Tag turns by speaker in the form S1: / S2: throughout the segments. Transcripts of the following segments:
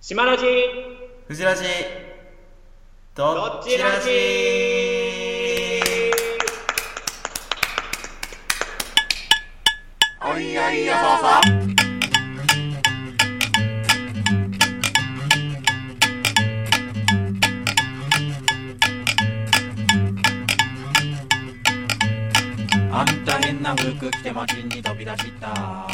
S1: 島ラジ
S2: 藤ラジ
S1: どっちラジ
S2: おいやいやささあんた変な服着て街に飛び出した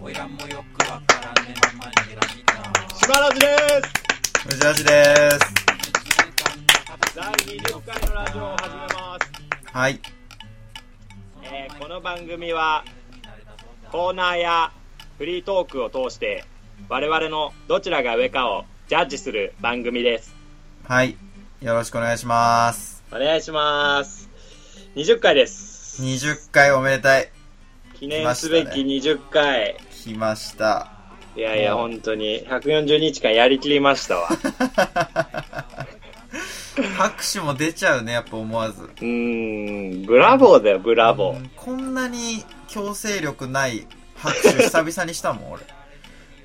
S2: おいらもよくわからねえまま逃げ出した
S1: 島ラジです
S3: 藤橋です。
S1: 第20回のラジオを始めます、
S3: はい。
S1: えーこの番組はコーナーやフリートークを通して我々のどちらが上かをジャッジする番組です
S3: はい。よろしくお願いします。
S1: お願いします20回です
S3: 20回おめでたい。
S1: 記念すべき20回、
S3: 来ました。
S1: いやいや本当に140日間やりきりました わ
S3: 拍手も出ちゃうね、やっぱ思わず。
S1: うーんブラボーだよブラボー
S3: うんこんなに強制力ない拍手久々にしたもん、俺。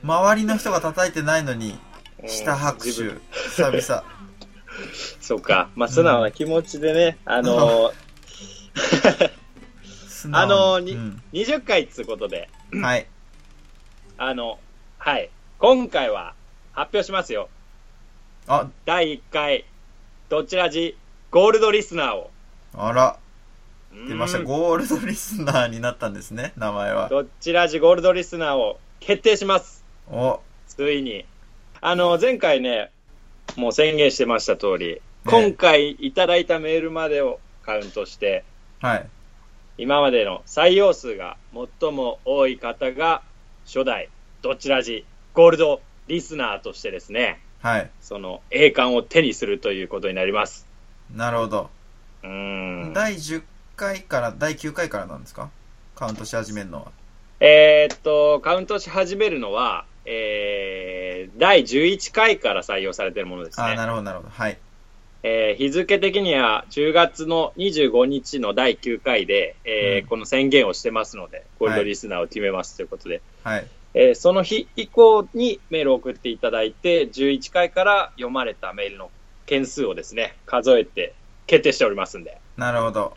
S3: 周りの人が叩いてないのに、
S1: うん
S3: した拍手
S1: 自分、
S3: 久々。
S1: そうかまあ素直な気持ちでね、あ のー
S3: 素
S1: あの
S3: 直に
S1: に20回っつうことで
S3: うんはい。
S1: あの、はい。今回は発表しますよ。
S3: あ、
S1: 第1回、どちらじゴールドリスナーを。
S3: あら、出
S1: 出
S3: ました。ゴールドリスナーになったんですね、名前は。
S1: どちらじゴールドリスナーを決定します。
S3: お、
S1: ついに。あの、前回ね、もう宣言してました通り、今回いただいたメールまでをカウントして、
S3: はい。
S1: 今までの採用数が最も多い方が、初代、どちらじゴールドリスナーとしてですね、
S3: はい。
S1: その栄冠を手にするということになります。
S3: なるほど。
S1: うーん
S3: 第10回から第9回からなんですかカウントし始めるのは
S1: えーっと、カウントし始めるのは、えー、第11回から採用されてるものです
S3: ああ
S1: ね。
S3: なるほどなるほどはい
S1: えー日付的には10月の25日の第9回で、えー
S3: うん
S1: この宣言をしてますので、ゴールドリスナーを決めますということで、
S3: はい
S1: えーその日以降にメールを送っていただいて、11回から読まれたメールの件数をですね、数えて決定しておりますんで、
S3: なるほど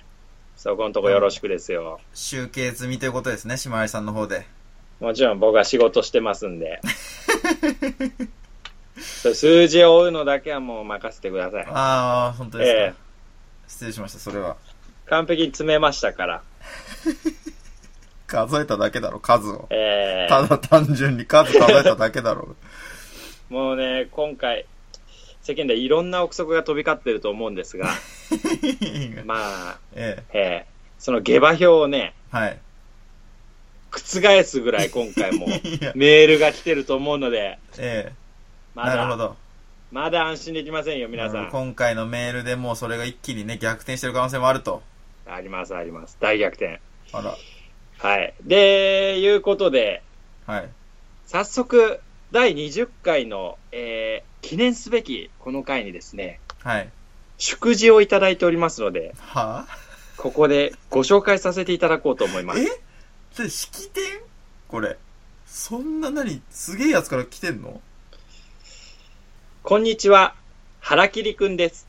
S1: そこのとこよろしくですよ。
S3: 集計済みということですね島まさんの方で
S1: もちろん僕は仕事してますん で。そう数字を追うのだけはもう任せてください。
S3: ああ本当ですか、
S1: ええ
S3: 失礼しましたそれは
S1: 完璧に詰めましたから。
S3: 数えただけだろ数を
S1: え
S3: た
S1: ー、
S3: だ単純に数数えただけだろ
S1: もうね、今回、世間でいろんな憶測が飛び交ってると思うんです が、 まあ、
S3: ええ
S1: えーその下馬評をね、
S3: はい
S1: 覆すぐらい今回 も
S3: いや
S1: メールが来てると思うので、
S3: ええ
S1: ま
S3: なる
S1: だ、
S3: ほど
S1: まだ安心できませんよ、皆さ
S3: なる
S1: ん。
S3: ほど今回のメールでもうそれが一気にね逆転してる可能性もあると
S1: あります、あります。大逆転。
S3: あら
S1: はい。で、いうことで、
S3: はい
S1: 早速第20回の、えー記念すべきこの回にですね
S3: はい
S1: 祝辞をいただいておりますので
S3: は
S1: ここでご紹介させていただこうと思いま
S3: あ
S1: す
S3: えで式典これそんな何すげえやつから来てんの
S1: こんにちは腹切りくんです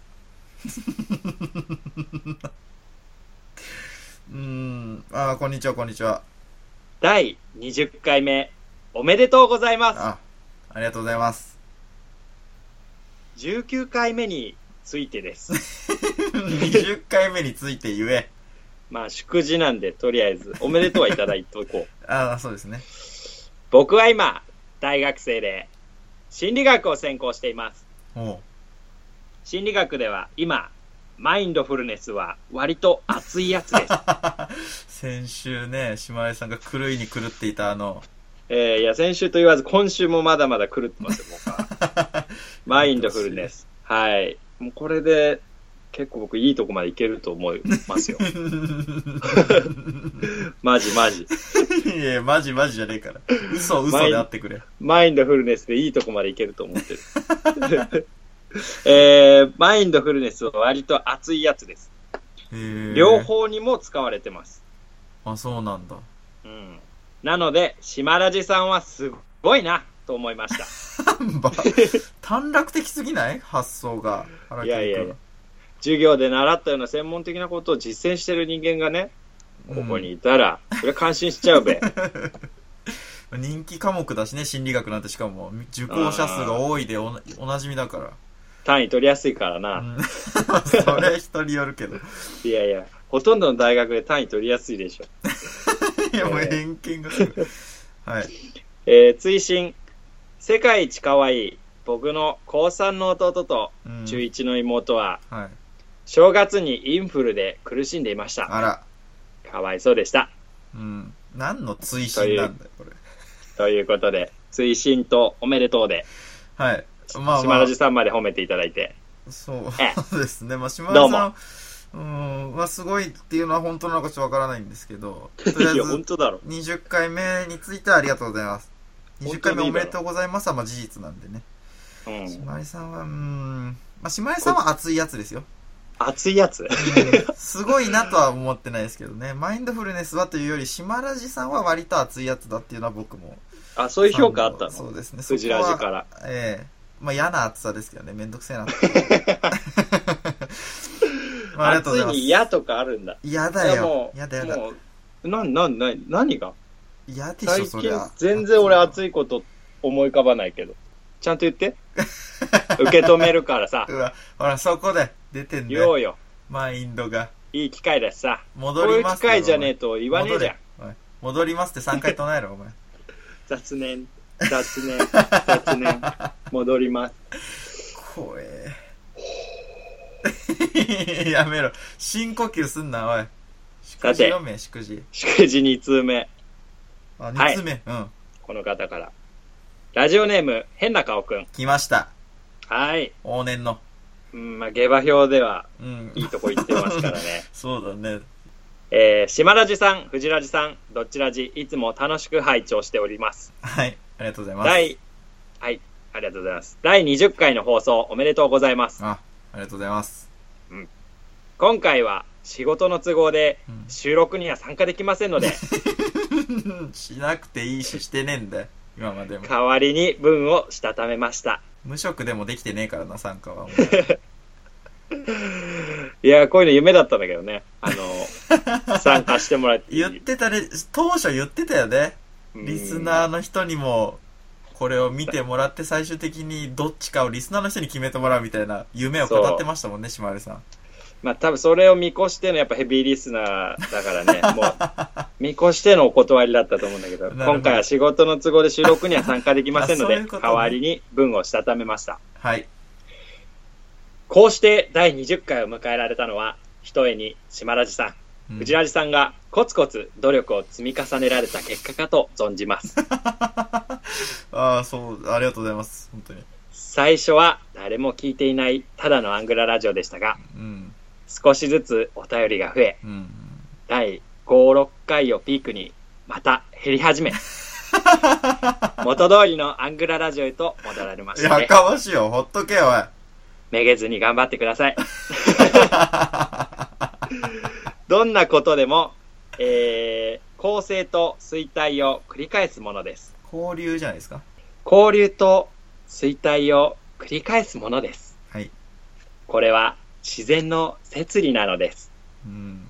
S3: うーん、あーこんにちは、こんにちは。
S1: 第20回目おめでとうございま
S3: あ、ありがとうございます。
S1: す19回目についてです
S3: 20回目について言え。
S1: まあ祝辞なんでとりあえずおめでとうはいただいておこう
S3: あーそうですね。
S1: 僕は今大学生で心理学を専攻しています
S3: おう
S1: 心理学では今マインドフルネスは割と熱いやつです
S3: 先週ね、島井さんが狂いに狂っていたあの、
S1: えーいや、先週と言わず、今週もまだまだ狂ってますよ、僕は。マインドフルネス。はい。もうこれで、結構僕、いいとこまでいけると思いますよ。マジマジ。
S3: いや、マジマジじゃねえから。嘘嘘であってくれ。
S1: マインドフルネスでいいとこまでいけると思ってる。えーマインドフルネスは割と熱いやつです。
S3: えー
S1: 両。方にも使われてます。
S3: あ、そうなんだ。
S1: うん。なので、島ラジさんはすごいなと思いま した
S3: ば短絡的すぎない発想が。原木君
S1: いやいやいや授業で習ったような専門的なことを実践してる人間がねここにいたら、それは感心しちゃう べ
S3: 人気科目だしね、心理学なんてしかも、受講者数が多いでおなおなじみだから。
S1: 単位取りやすいから
S3: う
S1: な、
S3: ん それ人による けど。
S1: いやいやほとんどの大学で単位取りやすいでしょ
S3: いや、もう偏見がすごい。はい。
S1: えー追伸世界一可愛い僕の高3の弟と
S3: うん
S1: 中1の妹は
S3: はい。
S1: 正月にインフルで苦しんでいました
S3: あら。
S1: かわいそうでした
S3: うん。何の追伸なんだよ、これ。
S1: ということで追伸とおめでとうで
S3: はい。まあ
S1: 島
S3: まあ
S1: ラジ、さんまで褒めていただいて
S3: そう
S1: え
S3: そうですね。まあ、島
S1: ど
S3: 田
S1: うも
S3: さん、うん、まあ、すごいっていうのは本当なのかちょっとわからないんです けど、とり
S1: い
S3: あえず
S1: や、本当だろ
S3: 20回目についてはありがとうございます。20回目おめでとうございますは、まあ、事実なんでね。
S1: うん
S3: 島井さんは、うーん、まあ、島井さんは熱いやつで すよ。
S1: 熱いやつ
S3: すごいなとは思ってないですけどね。マインドフルネスはというより、島ラジさんは割と熱いやつだっていうのは僕も。
S1: あそういう評価あった
S3: そ
S1: の
S3: うですね。
S1: 藤ラジ
S3: そこ
S1: か
S3: は
S1: ら
S3: ええまあ嫌な暑さですけどね、めんどくせ えな。まあ、ありがとう
S1: 熱
S3: ご
S1: い
S3: ざいます
S1: に。嫌とかあるんだ
S3: 嫌
S1: い
S3: だ
S1: や
S3: よ
S1: も。う
S3: 嫌だ嫌だ。
S1: もうなんなんなん何が
S3: 嫌でしょ、
S1: 最
S3: そ
S1: 近
S3: りゃ。
S1: 全然俺
S3: い。
S1: 熱いこと思い浮かばないけどちゃんと言って 受け止めるからさ
S3: うわ、ほら、そこで出てんだ
S1: 言お
S3: よ。
S1: うよ
S3: マインドが。
S1: いい機会だしさこ
S3: 戻
S1: うい
S3: り
S1: う
S3: ます
S1: 機
S3: よ
S1: 会じゃねえと言わねえじゃん。
S3: お前戻れおい戻りますって3回唱えろ、お前。
S1: 雑念雑念雑念戻ります
S3: 怖え。 やめろ。深呼吸すんな、おい。
S1: さ
S3: 祝辞
S1: て
S3: 読め、祝辞。
S1: 祝辞2通目
S3: あ、2つ目。うん。
S1: この方からラジオネーム変な顔くん
S3: 来ました。
S1: はい、
S3: 往年の。
S1: うんまあ、下馬評では
S3: うん。
S1: いいとこ行ってますから ね
S3: そうだね。
S1: えー、島ラジさん藤ラジさんどっちラジいつも楽しく拝聴しております
S3: はい。ありがとうございます。
S1: 第はいありがとうございます第20回の放送おめでとうございます
S3: あ、ありがとうございます。
S1: 今回は仕事の都合で
S3: うん
S1: 収録には参加できませんの で
S3: しなくていいし、してねえんだよ。今までも。
S1: 代わりに文をしたためました
S3: 無職でもできてねえからな、参加は。もう
S1: いやこういうの夢だったんだけどねあ の参加してもらって
S3: 言ってたね、当初言ってたよね。リスナー
S1: ー
S3: の人にも、これを見てもらって最終的にどっちかをリスナーの人に決めてもらうみたいな夢を語ってましたもんね、島根さん。
S1: まあ多分それを見越してのやっぱヘビーリスナーだから ねもう見越してのお断りだったと思うんだけど
S3: なるほど
S1: 今回は仕事の都合で収録には参加できませんの
S3: あそうい
S1: で
S3: うことね
S1: 代わりに文をしたためました
S3: はい。
S1: こうして第20回を迎えられたのは、ひとえに島ラジさ、
S3: うんん
S1: 藤ラジさんがコツコツ努力を積み重ねられた結果かと存じます。
S3: ああ、そう、ありがとうございます。本当に。
S1: 最初は誰も聞いていないただのアングララジオでしたが、
S3: うん。
S1: 少しずつお便りが増え、
S3: うん。
S1: 第5、6回をピークにまた減り 始め、元通りのアングララジオへと戻られました
S3: や
S1: ね。
S3: かましいよ、ほっとけよ、おい。
S1: めげずに頑張ってくだ さい。どんなことでも、えー、構成と衰退を繰り返すものです。
S3: 交流じゃないですか。
S1: 交流と衰退を繰り返すものです。
S3: はい。
S1: これは自然の摂理なのです。
S3: うん。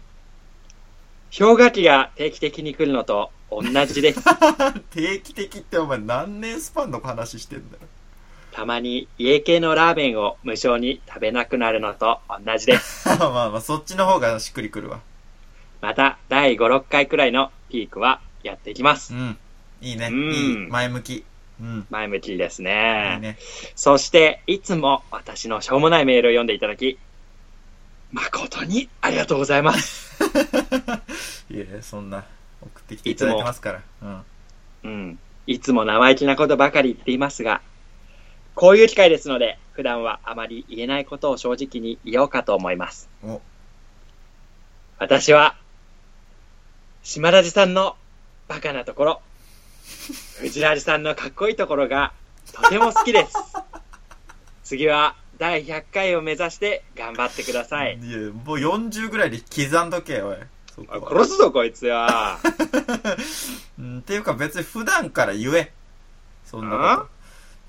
S1: 氷河期が定期的に来るのと同じです。
S3: 定期的ってお前何年スパンの話してんだよ。
S1: たまに家系のラーメンを無償に食べなくなるのと同じです。
S3: まあまあ、そっちの方がしっくりくるわ。
S1: また第5、6回くらいのピークはやってきま
S3: う
S1: す。
S3: ん。いいね。
S1: うん
S3: いい。前向き。うん。
S1: 前向きです
S3: いい
S1: ね。
S3: ね。
S1: そして、いつも私のしょうもないメールを読んでいただき、誠にありがとうございます。
S3: いえ、そんな、送ってきていただいてますから。うん。
S1: うん。いつも生意気なことばかり言っていますが、こういう機会ですので、普段はあまり言えないことを正直に言おうかと思います。
S3: お、
S1: 私は、島田寺さんのバカなところ、藤ラジさんのかっこいいところがとても好きです。次は第100回を目指して頑張ってください。
S3: いや、もう40ぐらいで刻んどけよ、おい。そこ
S1: あ
S3: は
S1: 殺 すぞ、こいつよ。
S3: うん、っていうか別に普段から言え。そんなこと。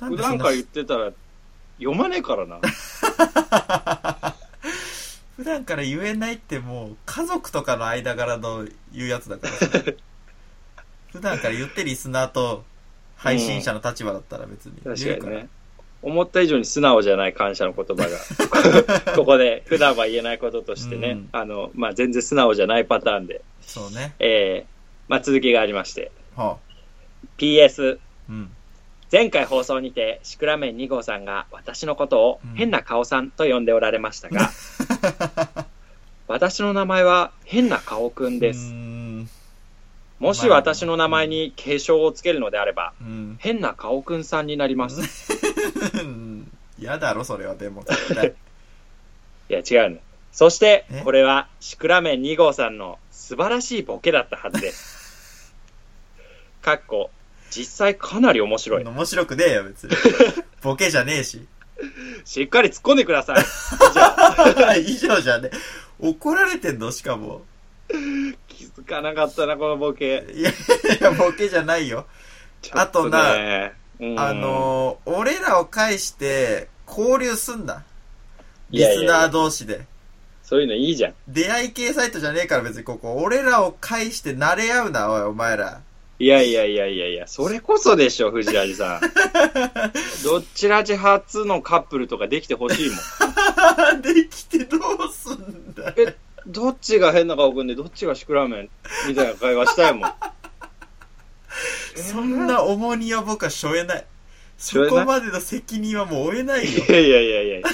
S1: 普
S3: でそ
S1: 段
S3: んな
S1: から言ってたら、読まねえからな。
S3: 普段から言えないってもう家族とかの間柄の言うやつだから さ普段から言ってリスナーと配信者の立場だったら別に言う
S1: 確
S3: か
S1: からにね。思った以上に素直じゃない感謝の言葉 が、ここで普段は言えないこととしてね、
S3: うん
S1: あの、まあ、全然素直じゃないパターンで、
S3: そうね
S1: えー、まあ、続きがありまして、
S3: は
S1: PS、
S3: あうん
S1: 前回放送にて、シクラメン2号さんが私のことを変な顔さんと呼んでおられました が、私の名前は変な顔くんで
S3: うー
S1: す。
S3: ん
S1: もし私の名前に継承をつけるのであれば、
S3: うん
S1: 変な顔くんさんになります。
S3: やだろそれはでも絶対
S1: いや、違うね。そして
S3: え、
S1: これは、シクラメン2号さんの素晴らしいボケだったはずです。かっこ、実際かなり面白い。
S3: 面白くねえよ別 にボケじゃねえし
S1: しっかり突っ込んでください。
S3: 以上じゃねえ怒られてんのしかも
S1: 気づかなかったな、このボケ。
S3: いやいやボケじゃないよ
S1: ちょっとね、うん
S3: あ、のー俺らを介して交流すんな。
S1: い
S3: リ
S1: やいやい
S3: ス
S1: や
S3: ナー同士で。
S1: そういうのいいじゃん。
S3: 出会い系サイトじゃねえから別にここ。俺らを介して慣れ合うな、おい、お前ら。
S1: いやいやいやいやいや、それこそでしょ、藤ラジ さん。どっちラジ初のカップルとかできてほしいもん。
S3: できてどうすんだよ。
S1: え、どっちが変な顔くんで、どっちがシクラメンみたいな会話したいもん。
S3: そんな重荷は僕は背負えない。
S1: 背負
S3: そ
S1: えない
S3: こまでの責任はもう負えないよ。
S1: いやいやいやいや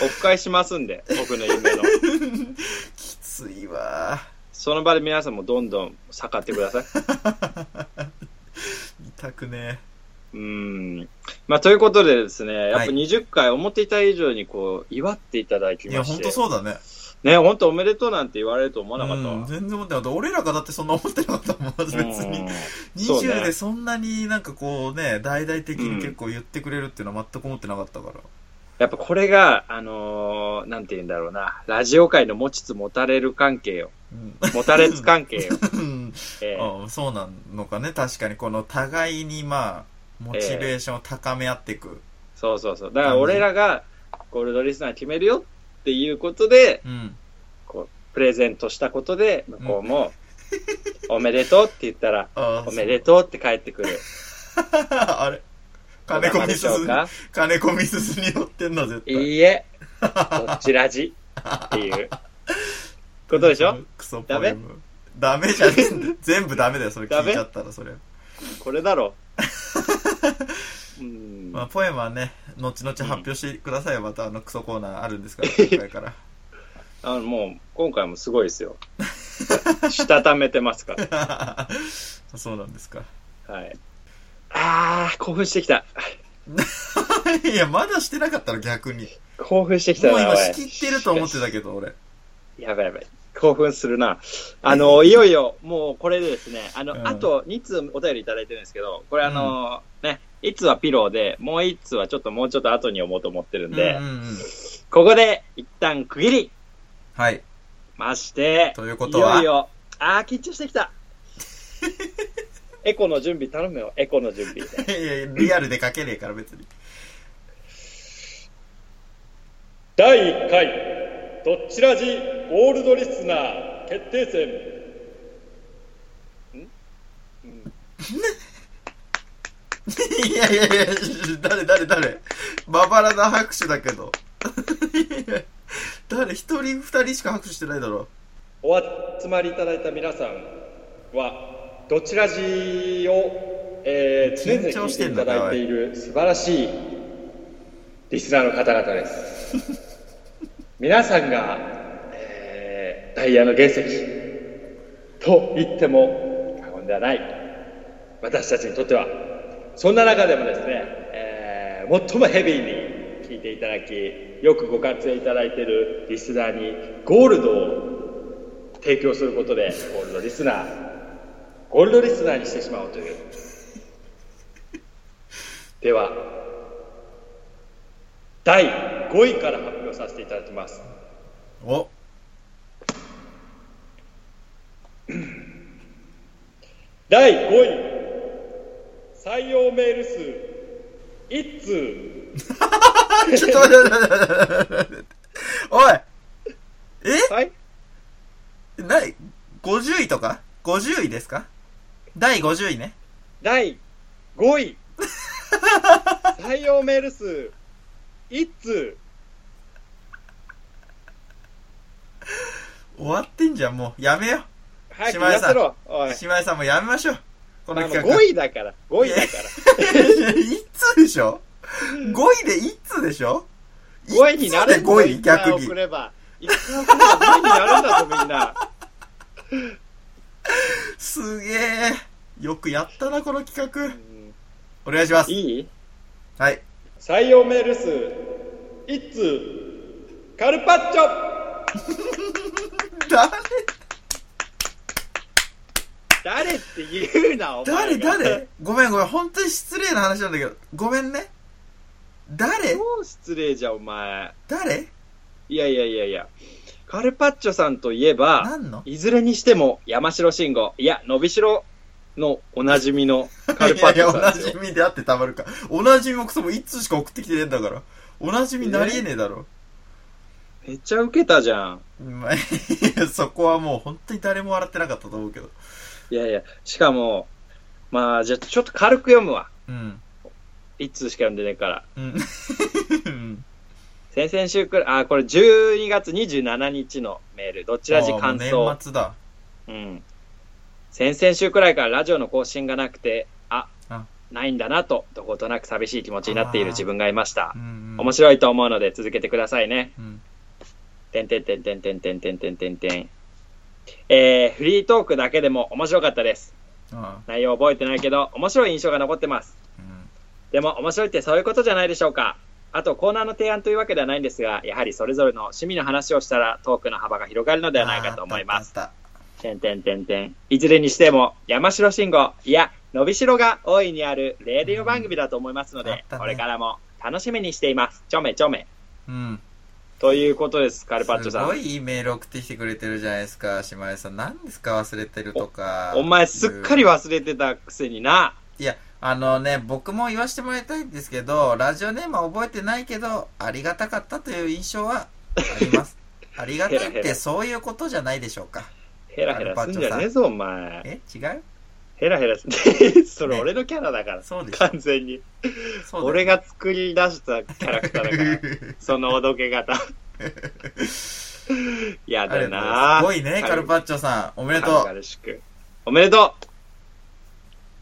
S1: オフ会しますんで、僕の夢の。
S3: きついわ。
S1: その場で皆さんもどんどん盛ってください。
S3: 痛くね
S1: うーん。まあ、ということでですね、やっ
S3: はい
S1: ぱ20回思っていた以上にこう、祝っていただき
S3: え。いや、
S1: ま
S3: ほ
S1: し
S3: ん
S1: て。
S3: とそうだね。
S1: ね、本当おめでとうなんて言われると思わなかったわ。
S3: うん、全然思ってなかった。俺らがだってそんな思ってなかったもん、別 に
S1: うん。そうね
S3: 20でそんなになんかこうね、大々的に結構言ってくれるっていうのは全く思ってなかっ たから。
S1: やっぱこれが、あのーなんて言うんだろうな、ラジオ界の持ちつ持たれる関係よ。
S3: うん。
S1: 持たれつ関 係よ。
S3: うん
S1: えー
S3: あそうなのかね、確かに。この互いにまあ、モチベーションを高め合っていく。
S1: そうそうそう。だから俺らがゴールドリスナー決めるよっていうことで、
S3: うん。
S1: こう、プレゼントしたことで、向こうも、おめでとうって言った ら、
S3: あ
S1: おめで
S3: と
S1: とうって帰ってくる。
S3: う。 あれ金子みす
S1: どう
S3: す
S1: な、んで
S3: 金子みすすに寄ってんな、絶
S1: しょうかい
S3: 対。
S1: い え、どっちラジっていうことでしょ
S3: クソポ
S1: ダ
S3: エ
S1: メ
S3: ム。ダメじゃねえんだよ。全部ダメだよ、それ
S1: ダ
S3: 聞
S1: メ
S3: いちゃったら、それ。
S1: これだ ろう。うん
S3: まあ、ポエムはね、後々発表してくださいよ。またあのクソコーナーある んですから、今回から。
S1: あのもう今回もすごいですよ。したためてますから。
S3: そうなんですか。
S1: はい。あー、興奮してきた。
S3: いや、まだしてなかったの、逆に。
S1: 興奮してきたな。
S3: もう今
S1: おい
S3: 仕切ってると思ってたけど、俺。
S1: やばいやばい。興奮するな。あの、いよいよ、もうこれでですね、あの、
S3: うん
S1: あと2通お便りいただいてるんですけど、これあの、ね、1通はピローで、もう1通はちょっともうちょっと後に読もうと思ってるん で、
S3: うんうんうん
S1: ここで一旦区切り
S3: はい。
S1: まして、
S3: ということはい
S1: よいよ、あー、緊張してきた。 エコの準備頼むよ、エコの準備。
S3: いやいやリアルで書けねえから、別に。
S1: 第1回、どっちらじゴールドリスナー決定戦。
S3: いやいやいや、誰誰誰まばらな拍手だけど。 いや誰一人二人しか拍手してないだろ。
S1: お集まりいただいた皆さんは、どちらじを、えー、常々
S3: 緊張し
S1: 聞い
S3: て
S1: て
S3: ん
S1: い
S3: の
S1: た
S3: か
S1: だいている素晴らしいリスナーの方々です。皆さんが、えーダイヤの原石と言っても過言ではない私たちにとっては、そんな中でもですね、えー最もヘビーに聞いていただき、よくご活躍いただいているリスナーにゴールドを提供することで、ゴールドリスナー、ゴールドリスナーにしてしまおうという。では、第5位から発表させていただきます。
S3: お
S1: 第5位、斎採用メール数、一通。
S3: ちょっと待って待って待って待って。おい
S1: はい
S3: えない、50位とか ?50 位ですか第50位ね。
S1: 第5位。採用メール数、一通。
S3: 終わってんじゃん、もう。やめよ
S1: 早く
S3: 島
S1: や
S3: 根さん
S1: せろ。おい。
S3: う。島井さんもやめましょう。この
S1: あの
S3: 企
S1: 5
S3: 画。
S1: 位だから、5位だから。
S3: 一通でしょ ?5 位で一通でしょ
S1: 5位になるんだ
S3: 5位逆
S1: 1回
S3: に
S1: 送。れば。1回送れば5位になるんだぞ、みんな。
S3: すげえ。よくやったな、この企画
S1: う。ん
S3: お願いします。
S1: いい
S3: はい。
S1: 採用メール数、1通。カルパッチョ
S3: 誰
S1: 誰って言うな、お前
S3: 誰
S1: が。
S3: 誰ごめんごめん。本当に失礼な話なんだけど。ごめんね。誰
S1: もう失礼じゃん、お前。
S3: 誰
S1: いやいやいやいや。カルパッチョさんといえば、
S3: 何の
S1: いずれにしても山城慎吾、いや、伸びしろのおなじみのカル
S3: い
S1: パッ
S3: やい
S1: チ
S3: や、
S1: ョ
S3: お
S1: さ
S3: なん
S1: です
S3: じ
S1: よ。
S3: みであってたまるか。おなじみもクソも一通しか送ってきてねえんだから。おなじみなりえねえだろ。
S1: めっちゃウケたじゃん。
S3: まあいやそこはもう本当に誰も笑ってなかったと思うけど。
S1: いやいや、しかも、まあ、じゃあちょっと軽く読むわ。
S3: うん。
S1: 一通しか読んでないから。
S3: うん。うん
S1: 先々週くらい、あ、これ12月27日のメール、どちらじ感
S3: ああもう
S1: 想
S3: 年。末だ。
S1: うん。先々週くらいからラジオの更新がなくて、あ、
S3: あ
S1: ないんだなと、どことなく寂しい気持ちになっている自分がいました
S3: う。ん、うん。
S1: 面白いと思うので続けてくださいね。
S3: うん。
S1: てんてんてんてんてんてんてんてんてんてん。えー、フリートークだけでも面白かったです。
S3: ああ
S1: 内容覚えてないけど、面白い印象が残ってます。
S3: うん。
S1: でも面白いってそういうことじゃないでしょうか。あとコーナーの提案というわけではないんですが、やはりそれぞれの趣味の話をしたらトークの幅が広がるのではないかと思います。
S3: あったあった
S1: てんてんてんてん。いずれにしても、山城慎吾、いや、伸びしろが大いにあるレディオ番組だと思いますので、
S3: うんあったね
S1: これからも楽しみにしています。ちょめちょめ。
S3: うん。
S1: ということです、カルパッチョさ
S3: すご
S1: ん。
S3: いいいメール送ってきてくれてるじゃないですか、島根さん。何ですか忘れてるとか。
S1: お前すっかり忘れてたくせにな。
S3: いや、あのね、僕も言わせてもらいたいんですけど、ラジオネームは覚えてないけど、ありがたかったという印象はあります。ありがたいっ
S1: へらへ
S3: て
S1: ら
S3: そういうことじゃないでしょうか。
S1: ヘラヘラすんじゃねえぞ、お前。
S3: え違う
S1: ヘラヘラすそれ俺のキャラだから。
S3: そうでしょ
S1: 完全に。
S3: そうだよ
S1: 俺が作り出したキャラクターだ から、そのおどけ方。や
S3: あ
S1: だ
S3: りがとうございます
S1: な
S3: すごいね、カルパ
S1: ッチ
S3: ッチョさん。おめ
S1: お
S3: でとう。
S1: おめでとう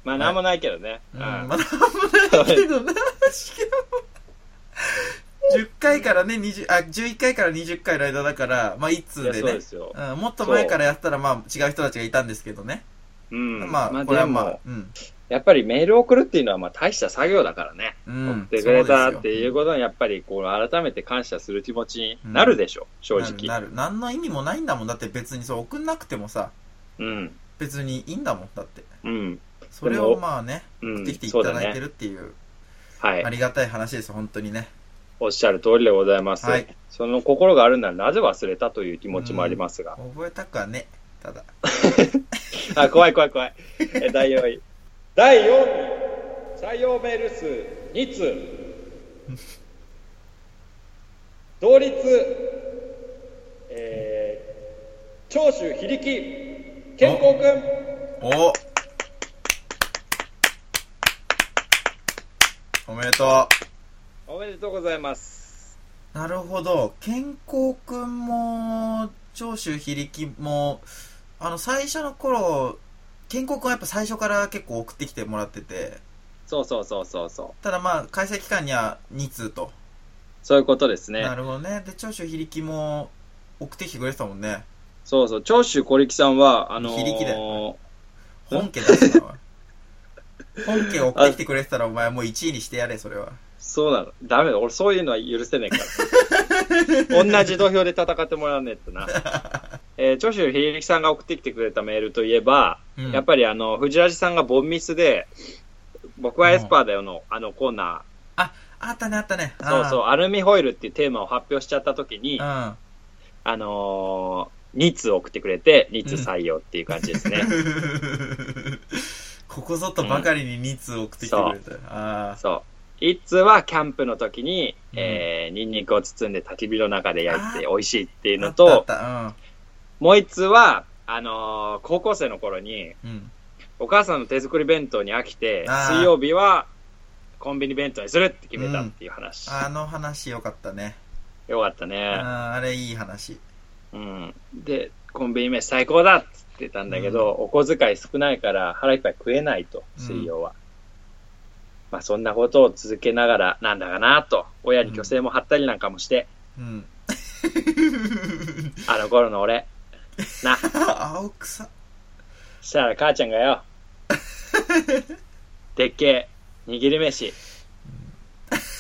S1: まあ、なんもないけどね。
S3: う、
S1: うんん
S3: まだあんまないけどな、しかも。10回からね、20、あ、11回から20回の間だから、まあ、一通
S1: いや
S3: で
S1: そう
S3: ね
S1: で。すよ。
S3: うん、もっと前からやったら、まあ、違う人たちがいたんですけどね。
S1: うん。
S3: まあ、これ
S1: で
S3: はまあ
S1: も、、
S3: うん。
S1: やっぱりメール送るっていうのは、まあ、大した作業だからね。
S3: うん
S1: 送ってくれた
S3: そ
S1: っ
S3: う
S1: て
S3: ですよ
S1: いうことに、やっぱり、こう、改めて感謝する気持ちになるでしょ、正直。
S3: なるなる何の意味もないんだもんだって別にそう送んなくてもさ
S1: うん。
S3: 別にいいんだもんだって
S1: うん。
S3: それ
S1: で
S3: を
S1: も
S3: まあね
S1: うん
S3: 送ってきてい
S1: そう
S3: た
S1: だ
S3: だいて
S1: ね。
S3: るっていう
S1: はい
S3: あ。りがたい話です本当にね
S1: おっしゃる通りでございます。
S3: はい
S1: その心があるならなぜ忘れたという気持ちもありますが。
S3: 覚えたくはねただ
S1: あ、怖い怖い怖い。え第4位。 第4位。採用メール数2通。同率、えー、長州非力、健康くん。
S3: おおめでと
S1: おめでとうございます。
S3: うなるほど健康くんも長州非力もあの最初の頃健康くんはやっぱ最初から結構送ってきてもらってて
S1: そうそうそうそうそう。
S3: ただまあ開催期間には2通と
S1: そういうことですね
S3: な。るほどね。で、長州非力も送ってきてくれてたもん ね。
S1: そうそう。長州小力さんは、あのー
S3: 非力だよ本家出すな、おい本家送ってきてくれてたら、お前もう1位にしてやれ、それは。
S1: そうなの。ダメだ。俺そういうのは許せねえから。同 じ土俵で戦ってもらわねえ とな。えー、長州秀力さんが送ってきてくれたメールといえば、
S3: うん
S1: やっぱりあの、藤ラジさんがボンミスで、僕はエスパーだよの、あのコーナ
S3: あったね、あったね。
S1: ー、そうそう、アルミホイルっていうテーマを発表しちゃった時に、
S3: う
S1: あ
S3: ん。
S1: のー、2通送ってくれて、2通採用っていう感じですね。
S3: うん。ここぞとばかりに2通送ってきてくれた。ああ。
S1: そう。一通はキャンプの時に、
S3: うん
S1: えー、ニンニクを包んで焚き火の中で焼いて
S3: あ
S1: 美味しいっていう
S3: あ
S1: の
S3: ったあっ
S1: と、
S3: た。
S1: もう一通は、あのー高校生の頃に、
S3: うん。うん。
S1: お母さんの手作り弁当に飽きて、
S3: あー
S1: 水曜日はコンビニ弁当にするって決めたっていう話。
S3: あの話よかったね。
S1: よかった
S3: うん、
S1: ね。
S3: あれいい話。
S1: うん。で、コンビニ飯最高だっつってたんだけど、お小遣い少ないから腹いっぱい食えないと、
S3: うん
S1: 水曜は。まあそんなことを続けながら、なんだかなと、親に虚勢も張ったりなんかもして、
S3: うん。
S1: あの頃の俺。な、
S3: 青臭。
S1: したら母ちゃんが よ、でっけえ、握り飯。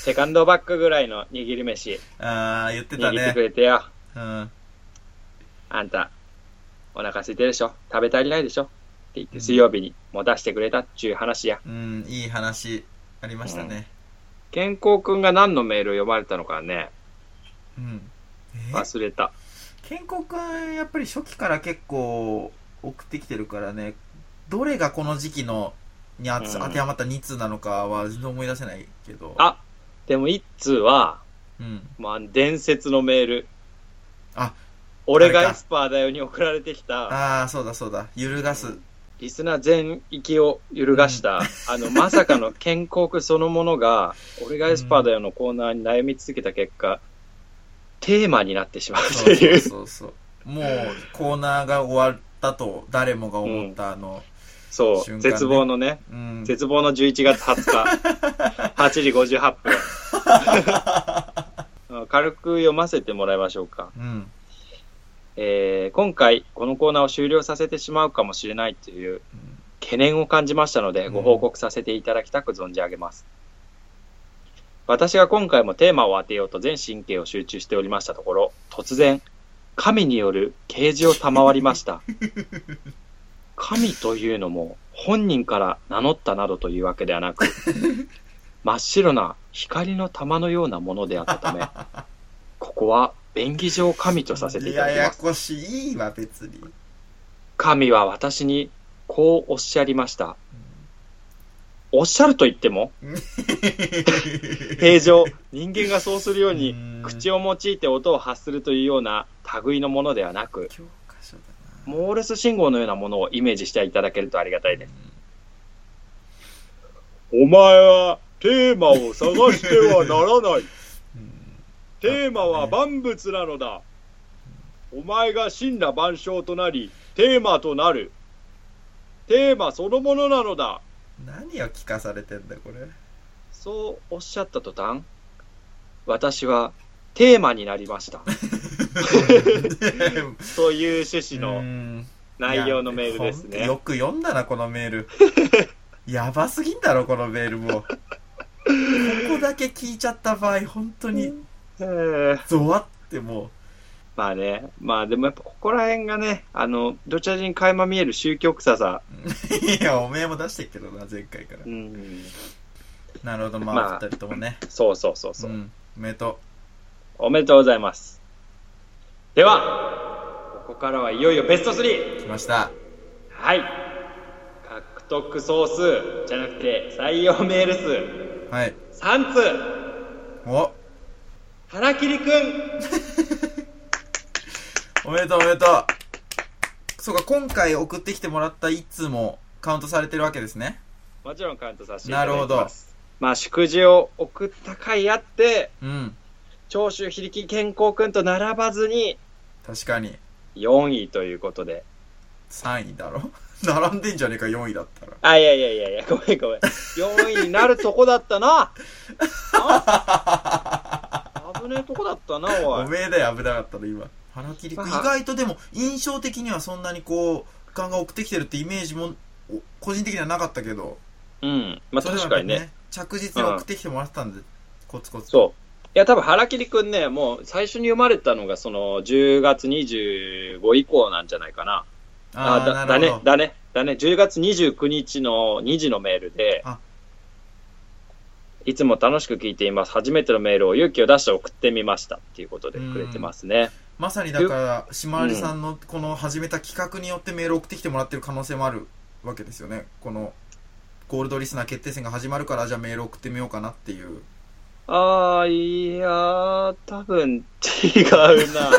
S1: セカンドバッグぐらいの握り飯、
S3: ああ、言ってた
S1: 握って
S3: ね
S1: く。れてよ。
S3: うん。
S1: あんた、お腹空いてるでしょ食べ足りないでしょって言って水曜日に持たしてくれたっちゅう話や。
S3: うん、いい話ありましたね。
S1: 健康くんが何のメールを読まれたのかね、
S3: うん。え
S1: 忘れた。
S3: 健康くん、やっぱり初期から結構送ってきてるからね、どれがこの時期のにあつ
S1: うん
S3: 当てはまった2通なのかは全然思い出せないけど。
S1: あでも一通は、
S3: うん。
S1: まあ、伝説のメール。
S3: あ、
S1: 俺
S3: あれ
S1: が
S3: か
S1: エスパーだよに送られてきた。
S3: ああ、そうだそうだ。揺るがす。
S1: リスナー全域を揺るがした、あの、まさかの建国そのものが、俺がエスパーだよのコーナーに悩み続けた結果、テーマになってしまうと
S3: そうそ
S1: いうう。
S3: そうそう。 もうコーナーが終わったと誰もが思ったあの、
S1: そう、
S3: 瞬間ね
S1: 絶望のね、
S3: うん。
S1: 絶望の11月20日、8時58分。 軽く読ませてもらいましょうか。
S3: うん。
S1: えー今回、このコーナーを終了させてしまうかもしれないという
S3: うん
S1: 懸念を感じましたので、
S3: うん
S1: ご報告させていただきたく存じ上げます。私が今回もテーマを当てようと全神経を集中しておりましたところ、突然、神による啓示を賜りま した。神というのも本人から名乗ったなどというわけでは なく、真っ白な光の玉のようなものであったため、ここは便宜上神とさせていただき
S3: や
S1: ま
S3: や
S1: す。
S3: こしいいいわ、別 に。
S1: 神は私にこうおっしゃりました。おっしゃると言って も、平常、人間がそうするように、口
S3: を。
S1: を用いて音を発するというような類のものではなく、
S3: 教科書だな。
S1: モールス信号のようなものをイメージしていただけるとありがたいです。お前はテーマを探してはなら ない。
S3: うん
S1: テーマは万物なのだ。お前が真羅万象となり、テーマとなる。テーマそのものなのだ。
S3: 何を聞かされてんだ、これ。
S1: そうおっしゃった途端、私はテーマになりま した。という趣旨の
S3: うん
S1: 内容のメールです
S3: いや
S1: ね。
S3: よく読んだな、このメ ール。やばすぎんだろ、このメールもう。ここだけ聞いちゃった場合、本当に、
S1: えー
S3: ゾワっても
S1: まあね、まあでもやっぱここら辺がね、あの、どちらに垣間見える宗教臭さ。
S3: う。 いや、おめえも出してっけどな、前回から
S1: う。ん。
S3: なるほど、まあ、
S1: まあ
S3: 二人ともね。
S1: そうそうそうそうう、
S3: ん。おめでと
S1: おめでとうございます。では、ここからはいよいよベスト 3!
S3: う。来ました。
S1: はい。獲得総数じゃなくて採用メール
S3: はい。
S1: 数3通
S3: お
S1: 腹切りくん
S3: おめでとう、おめでとう。そうか、今回送ってきてもらった一通もカウントされてるわけですね。
S1: もちろんカウントさせていただき
S3: なる
S1: ま
S3: ほど
S1: す。まあ祝辞を送った回あって、
S3: うん。
S1: 長州非力健康くんと並ばずに
S3: 確かに。
S1: 4位ということで。
S3: 3位だろ 並んでんじゃねえか、4位だったら。
S1: あ、いやいやいやいや、ごめんごめん。4位になるとこだった な。あ危ねえとこだったな、お
S3: お
S1: い。
S3: めえだよ、危なかったの、今。腹切り君、意
S1: まあ
S3: 外とでも、印象的にはそんなにこう、ガンガン送ってきてるってイメージも、お個人的にはなかったけど。
S1: うん。まあ、
S3: それは
S1: 確かにね。。
S3: 着実に送ってきてもらってたんで、コツコツ。
S1: そう。いや、多分、腹切りくんね、もう最初に読まれたのが、その、10月25以降なんじゃないかな。
S3: ああ、
S1: だ
S3: な
S1: だ
S3: る
S1: ね
S3: ほ、ど。
S1: だね、だね、10月29日の2時のメールで
S3: あ、
S1: いつも楽しく聞いています。初めてのメールを勇気を出して送ってみました。っていうことでくれてますね。
S3: まさにだから、しまわりさんのこの始めた企画によってメール送ってきてもらってる可能性もあるわけですよね。このゴールドリスナー決定戦が始まるから、じゃあメール送ってみようかなっていう。
S1: ああ、いやー、多分違うな。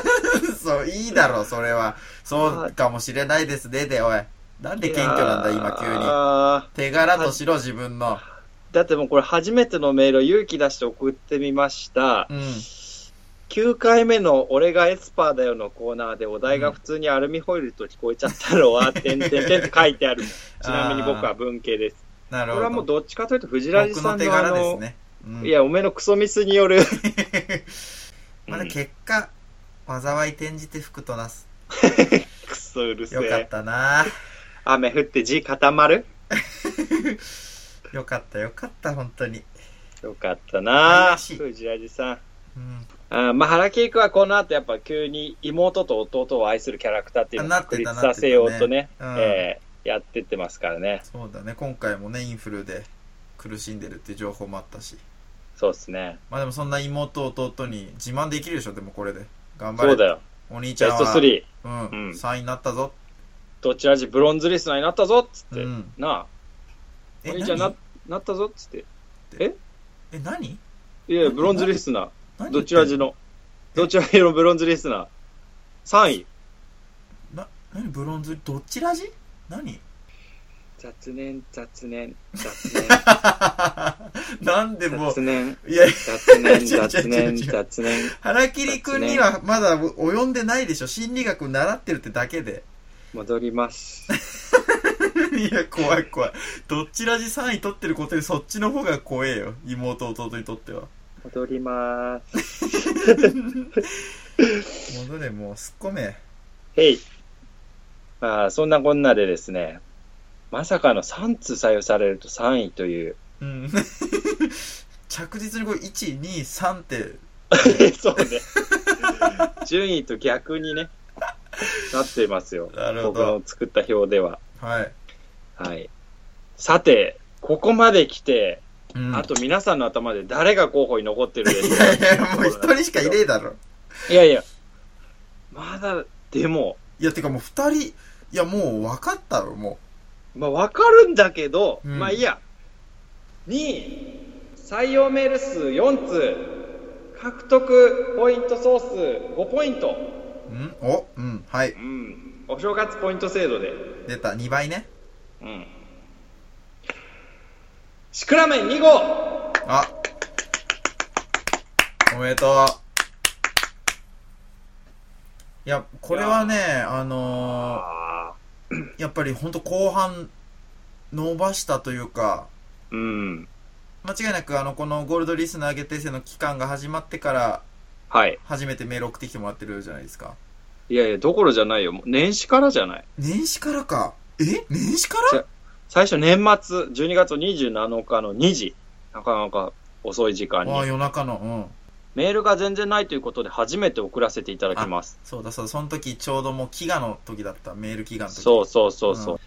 S3: そう、いいだろ、それは。そうかもしれないですね、で、おい。なんで 謙虚なんだ、今、急に。
S1: に。
S3: 手柄としろ、自分の。
S1: だってもうこれ初めてのメールを勇気出して送ってみました。
S3: うん。
S1: 9回目の俺がエスパーだよのコーナーでお題が普通にアルミホイルと聞こえちゃったのは、てんてんてんって書いてあ るもん。ちなみに僕は文系です。
S3: な
S1: こ
S3: る
S1: れ
S3: ほ
S1: はもう
S3: ど。
S1: どっちかというと藤ラジ
S3: 僕
S1: さ
S3: の
S1: ん
S3: 手
S1: のあ
S3: 柄です
S1: の、
S3: ね。うん
S1: い、や、おめのクソミスによる。
S3: まだ結果、災い転じて服となす。
S1: クソうるせ
S3: よかっ
S1: え。
S3: たな
S1: 雨降って字固まる
S3: よかった、よかった、本当に。
S1: よかったな
S3: 怪しい
S1: 藤ラジさん。
S3: うん。
S1: あーまあ、原木はこの後やっぱ急に妹と弟を愛するキャラクターっていうのを確立させようとね、
S3: うん
S1: えーやってってますからね。
S3: そうだね、今回もね、インフルで苦しんでるっていう情報もあったし。
S1: そうですね。
S3: まあでもそんな妹、弟に自慢できるでしょ、でもこれで。頑張れ。
S1: そうだよ。
S3: お兄ちゃ
S1: ベ
S3: ん
S1: ス
S3: は。
S1: ト3、
S3: うん、
S1: うん
S3: 3位になったぞ。
S1: どっちらじブロンズリスナーになったぞっつっ
S3: う
S1: て。
S3: ん。
S1: なあ、お兄ちゃんな
S3: 何
S1: なったぞっつって。
S3: え、何
S1: いやいや、ブロンズリスナー。
S3: 何
S1: どっちらじ の。どっちらじのブロンズリスナー。3位。
S3: な、何ブロンズ、どっちラジ何
S1: 雑念、雑念、雑
S3: なんで
S1: 念、
S3: も
S1: 雑
S3: う、
S1: 念、
S3: いや、
S1: 雑念、
S3: 違う違う違う
S1: 雑念、
S3: 違う
S1: 雑念。
S3: 腹切りくんにはまだ及んでないでしょ。心理学習ってるってだけで。
S1: 戻ります。
S3: いや、怖い怖い。どっちラジ3位取ってることよりそっちの方が怖えよ。妹、弟にとっては。
S1: 戻ります。
S3: 戻れ、もう、すっこめ。
S1: へい。あーそんなこんなでですね、まさかの3通採用されると3位という。
S3: うん。 着実にこれ、1、2、3って、
S1: そう ね。順位と逆にね、なっていますよ。
S3: なるほ
S1: 僕
S3: ど。
S1: の作った表では。
S3: はい。
S1: はい。さて、ここまで来て、
S3: うん
S1: あと皆さんの頭で誰が候補に残ってるでしょ
S3: いやいや、 もう一人しかいね
S1: い。
S3: えだろ。
S1: いやいや、まだ、でも、
S3: いや、てかもう二人、いや、もう分かったろ、も
S1: まあ、わかるんだけど、
S3: うん
S1: まあいいや。2位、採用メール数4通、獲得ポイント総数5ポイント。
S3: う。んおうん、はい。
S1: うん。お正月ポイント制度で。
S3: 出た、2倍ね。
S1: うん。シクラメン2号
S3: あおめでとう。いや、これはね、あの
S1: ああ。
S3: ー、やっぱりほんと後半、伸ばしたというか、
S1: うん。
S3: 間違いなくあの、このゴールドリスナー決定戦の期間が始まってから、
S1: はい。
S3: 初めてメール送ってきてもらってるじゃないですか。
S1: いやいや、どころじゃないよ。もう年始からじゃない。
S3: 年始からか。え年始から
S1: 最初年末、12月27日の2時。なかなか遅い時間
S3: ああ、
S1: に。
S3: 夜中の。うん。
S1: メールが全然ないということで初めて送らせていただきます。
S3: そうだそうだ、その時ちょうどもう飢餓の時だった、メール飢餓の時。
S1: そうそうそうそう。
S3: うん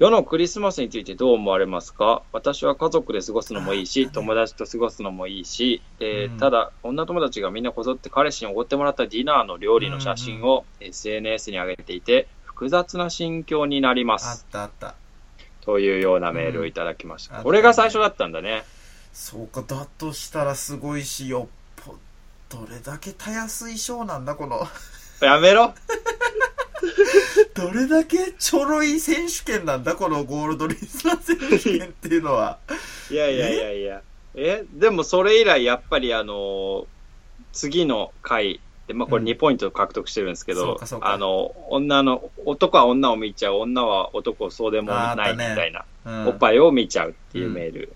S1: 世のクリスマスについてどう思われますか私は家族で過ごすのもいい
S3: あ
S1: し、
S3: ー
S1: 友達と過ごすのもいいし、で
S3: うん
S1: ただ、女友達がみんなこぞって彼氏におごってもらったディナーの料理の写真を SNS に上げていて、複雑な心境になりま
S3: あっ
S1: す。
S3: たあった。
S1: というようなメールをいただきまし
S3: うん
S1: た。
S3: あった
S1: これが最初だったんだね。
S3: そうか、だとしたらすごいし、よっぽどれだけたやすい賞なんだ、この。
S1: やめろ
S3: どれだけちょろい選手権なんだ、このゴールドリスナー選手権っていうのは。
S1: いやいやいやいや。え、でもそれ以来、やっぱりあのー次の回で、まあこれ
S3: うん
S1: 2ポイント獲得してるんですけ
S3: そ
S1: ど
S3: うかそう、か
S1: あの、女の、男は女を見ちゃう、女は男をそうでも
S3: あー
S1: ない
S3: あっ
S1: み
S3: たね
S1: たいな、
S3: うん
S1: おっぱいを見ちゃうっていうメール。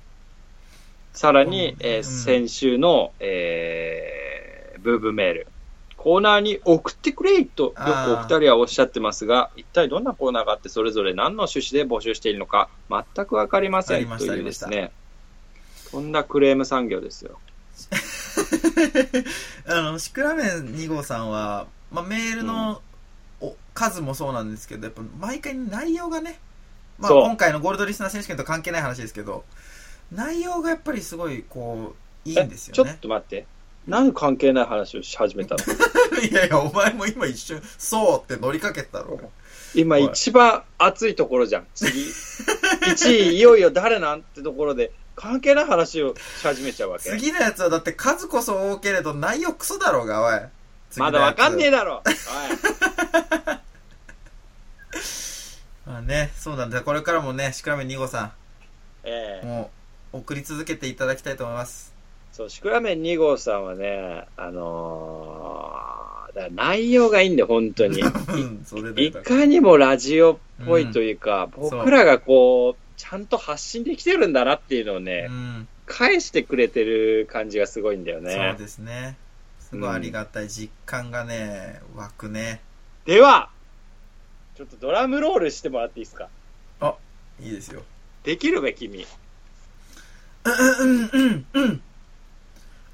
S1: さらに、
S3: うん
S1: えー
S3: うん
S1: 先週の、えーブーブーメール。コーナーに送ってくれとよくお二人はおっしゃってますが、一体どんなコーナーがあって、それぞれ何の趣旨で募集しているのか、全くわかりませ
S3: わかり
S1: ん
S3: ま
S1: と
S3: した
S1: いうですね。とんだクレーム産業ですよ。
S3: あの、シクラメン2号さんは、まあ、メールの、お数もそうなんですけど、やっぱ毎回内容がね、まあ、
S1: そう
S3: 今回のゴールドリスナー選手権と関係ない話ですけど、内容がやっぱりすごい、こう、いいんです
S1: え
S3: よ
S1: ちょっ
S3: ね。
S1: と待って。何関係ない話をし始めたの
S3: いやいや、お前も今一瞬、そうって乗りかけたろ。
S1: 今
S3: はい
S1: 一番熱いところじゃん。次。 1位いよいよ誰なんってところで関係ない話をし始めちゃうわけ
S3: 次のやつはだって数こそ多けれど内容クソだろうが、おい。次の
S1: ま
S3: やつ
S1: だわかんねえだろおい
S3: まあね、そうなんだ。これからもね、シクラメン2号さ
S1: え
S3: ん、
S1: え
S3: もう、送り続けていただきたいと思います。
S1: そうシクラメン2号さんはねあのーだから内容がいいんで本当 に
S3: うん、それ
S1: い
S3: で。
S1: かにもラジオっぽいというか、
S3: うんそう
S1: 僕らがこうちゃんと発信できてるんだなっていうのをね、
S3: うん、
S1: 返してくれてる感じがすごいんだよ
S3: そう
S1: ね。
S3: ですね。すごいありがたい。実感がね、湧くね。
S1: では、ちょっとドラムロールしてもらっていいですか
S3: いいですよ。
S1: できるべ、君。
S3: うん、うん、うん、うん。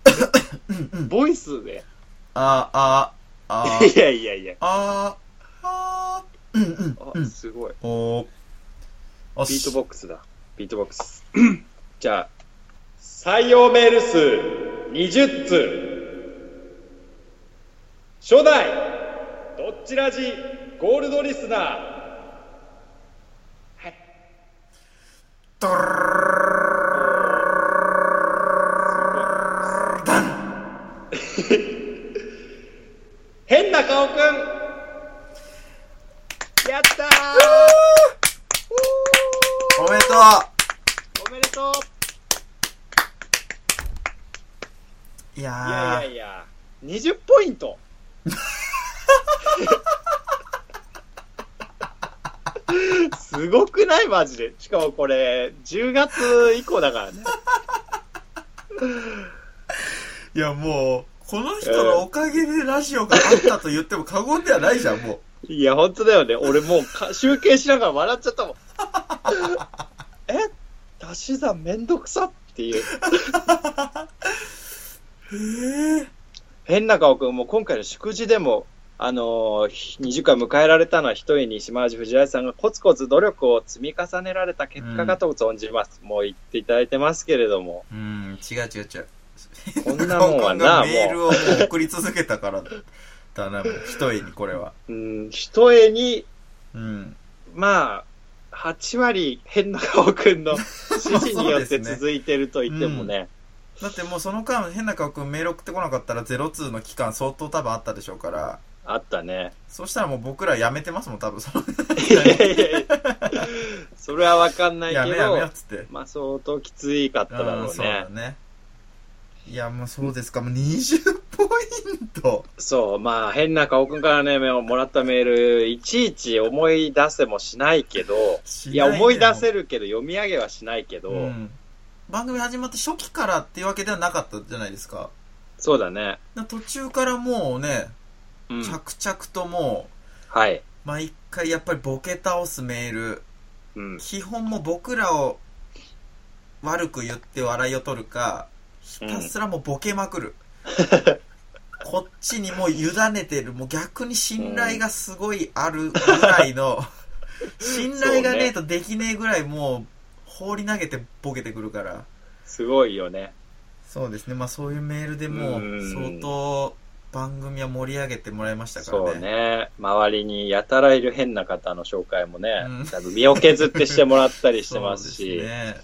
S1: ボイスで。
S3: あ、あ、 あ、
S1: いやいやいや。
S3: あ、あ、うん、うん、う
S1: あ、
S3: ん。
S1: すごい。
S3: おー。お
S1: ビート
S3: し
S1: ボックスだ。ビートボックス。 じゃあ、採用メール数20通。初代、どっちラジゴールドリスナー。
S3: ドル
S1: 変な顔くんやったー
S3: おめでとう
S1: おめでとう
S3: い
S1: いや
S3: や
S1: いやいや、20ポイント。すごくないマジで。しかもこれ、10月以降だからね。
S3: ー。いや、もう、この人のおかげでラジオがあったと言っても過言ではないじゃん、も
S1: いや、本当だよね。俺もうか集計しながら笑っちゃったもん。え足し算めんどくさっていう。
S3: う。ええ
S1: 変な顔くん、もう今回の祝辞でも、あのーひ20回迎えられたのは一重に島内藤原さんがコツコツ努力を積み重ねられた結果かと存じます。もう言っていただいてますけれども。
S3: うん、違う違う違う。
S1: こんなもんはな
S3: 変顔がメールをもう送り続けたからだな、もう、一重にこれは。
S1: うん、一重に、
S3: うん。
S1: まあ、8割変な顔くんの指示によって
S3: そうですね
S1: 続いてると言ってもね。
S3: だってもうその間、変な顔くんメール送ってこなかったら、ゼロツーの期間相当多分あったでしょうから、
S1: あったね。
S3: そしたらもう僕らやめてますもん、多 分。その
S1: いやいやいやそれはわかんない
S3: や
S1: け
S3: めやめよ
S1: ど、
S3: っつって。
S1: まあ相当きついかっただ
S3: う
S1: ろ
S3: ん
S1: う
S3: そう
S1: ね
S3: だ。ね。いや、もうそうですか。もう20ポイント。
S1: そう、まあ、変な顔くんからね、もらったメール、いちいち思い出せもしないけど、いや、思い出せ
S3: る
S1: るけど、読み上げはしないけど、
S3: うん、番組始まって初期からっていうわけではなかったじゃないですか。
S1: そうだね。
S3: だ途中からもうね、
S1: うん、
S3: 着々とも
S1: はい。
S3: う、毎回やっぱりボケ倒すメール。
S1: うん。
S3: 基本も僕らを悪く言って笑いを取るか、ひたすらもうボケま くる。こっちにもう委ねてる、もう逆に信頼がすごいあるぐら いの、信頼がねえとできねえぐらいもう放り投げてボケてくるから。
S1: すごいよね。
S3: そうですね、まあそういうメールでも
S1: うん
S3: う相当番組は盛り上げてもらいましたからね。
S1: そうね。周りにやたらいる変な方の紹介もね、
S3: うん
S1: 多分身を削ってしてもらったりして
S3: そう
S1: ま
S3: ですす
S1: し、
S3: ね。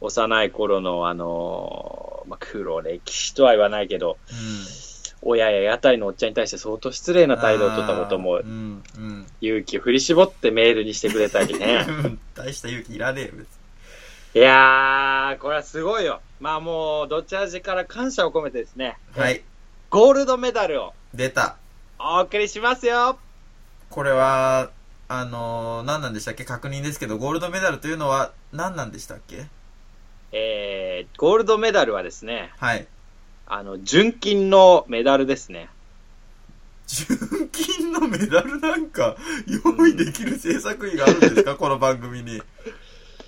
S1: 幼い頃の、あのーまあ、黒歴史とは言わないけど、
S3: うん。
S1: 親や屋台のおっちゃんに対して相当失礼な態度を取ったことも
S3: あーうん、うん。
S1: 勇気を振り絞ってメールにしてくれたり ね。
S3: うん大した勇気いらねえよ、別に。
S1: いやー、これはすごいよ。まあもう、どっち味から感謝を込めてですね、
S3: はい、
S1: ゴールドメダルを
S3: 出た。
S1: お送りしますよ。
S3: これは、あのー、何なんでしたっけ確認ですけど、ゴールドメダルというのは何なんでしたっけ
S1: えー、ゴールドメダルはですね、
S3: はい。
S1: あの、純金のメダルですね。
S3: 純金のメダルなんか用意できる制作費があるんですかこの番組に。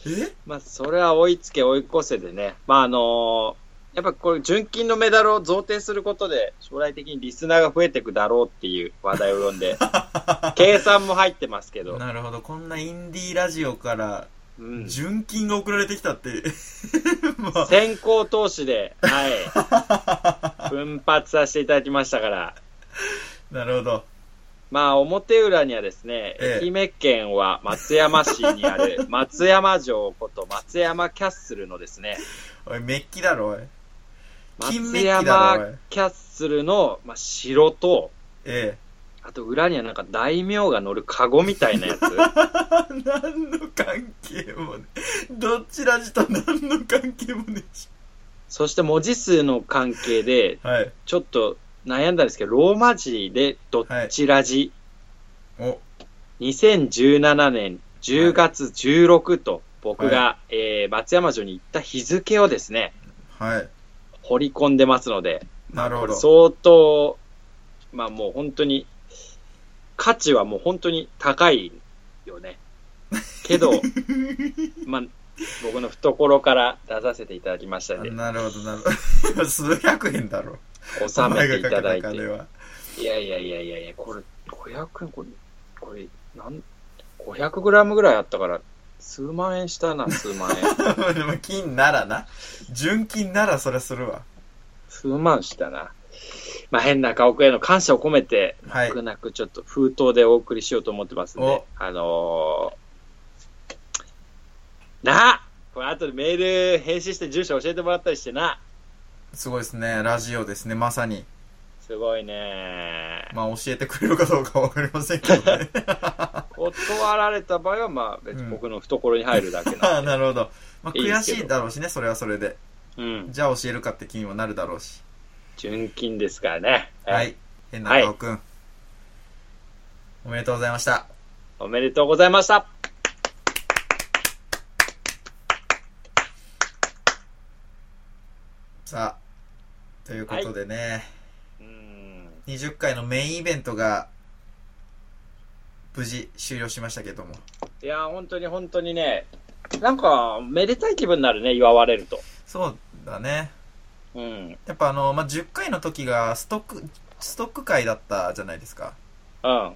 S3: え
S1: まあ、それは追いつけ追い越せでね、まあ、あのーやっぱこれ、純金のメダルを贈呈することで、将来的にリスナーが増えていくだろうっていう話題を呼ん で、計算も入ってますけど、
S3: なるほど。こんなインディーラジオから
S1: うん、
S3: 純金が送られてきたって。 まあ、
S1: 先行投資で、 はい、奮発させていただきましたから、
S3: なるほど。
S1: まあ、表裏にはですね、
S3: ええ
S1: 愛媛県は松山市にあ る松山城こと松山キャッスルのですね、
S3: おい、メッキだろ、おい。金
S1: 松
S3: メッキだろ、お
S1: 山
S3: い。
S1: キャッスルの、まあ、城と、
S3: え
S1: あと裏にはなんか大名が乗るカゴみたいなやつ。
S3: え。何の関係もね。どちらじと何の関係もねえし。
S1: そして文字数の関係で、
S3: はい。
S1: ちょっと悩んだんですけど、ローマ字でどっちラジ、
S3: お、
S1: 2017年10月16と、僕が、えー松山城に行った日付をですね、
S3: はい。
S1: 掘り込んでますので、
S3: なる
S1: こ
S3: ほ
S1: れ
S3: ど。
S1: 相当、まあもう本当に、価値はもう本当に高いよね。けど、まあ、僕の懐から出させていただきましたので、
S3: なるほど、なるほど。 数百円だろ。
S1: 収めていただい
S3: お前がかけた
S1: て
S3: 金。は。
S1: いやいやいやいやいや、これ、500円、これ、これ、なん、500グラムぐらいあったから、数万円した な、数万円。
S3: でも 金ならな。純金ならそれするわ。
S1: 数万したな。まあ、変な家屋への感謝を込めて、
S3: はい
S1: 泣く泣くちょっと封筒でお送りしようと思ってますんで
S3: お、
S1: あのー、なこれ後でメール返信して住所教えてもらったりしてな。
S3: すごいですね。ラジオですね。まさに。
S1: すごいね
S3: まあ教えてくれるかどうかわかりませんけ どね。
S1: 断られた場合は、まあ、別に僕の懐に入るだけ な
S3: ああ、
S1: んで。
S3: なるほど。まあ
S1: いい
S3: 悔
S1: ですけど
S3: しいだろうしね、それはそれで。
S1: うん。
S3: じゃあ教えるかって気にもなるだろうし。
S1: 純金ですからね。
S3: は。い。変な顔くん。おめでとうございました。
S1: おめでとうございました。
S3: さあ、ということでね、
S1: うーん。
S3: 20回のメインイベントが、無事終了しましたけども。
S1: いやー、本当に本当にね、なんか、めでたい気分になるね、祝われると。
S3: そうだね。
S1: うん。
S3: やっぱあの、まあ、10回の時がストック、ストック回だったじゃないですか。
S1: うん。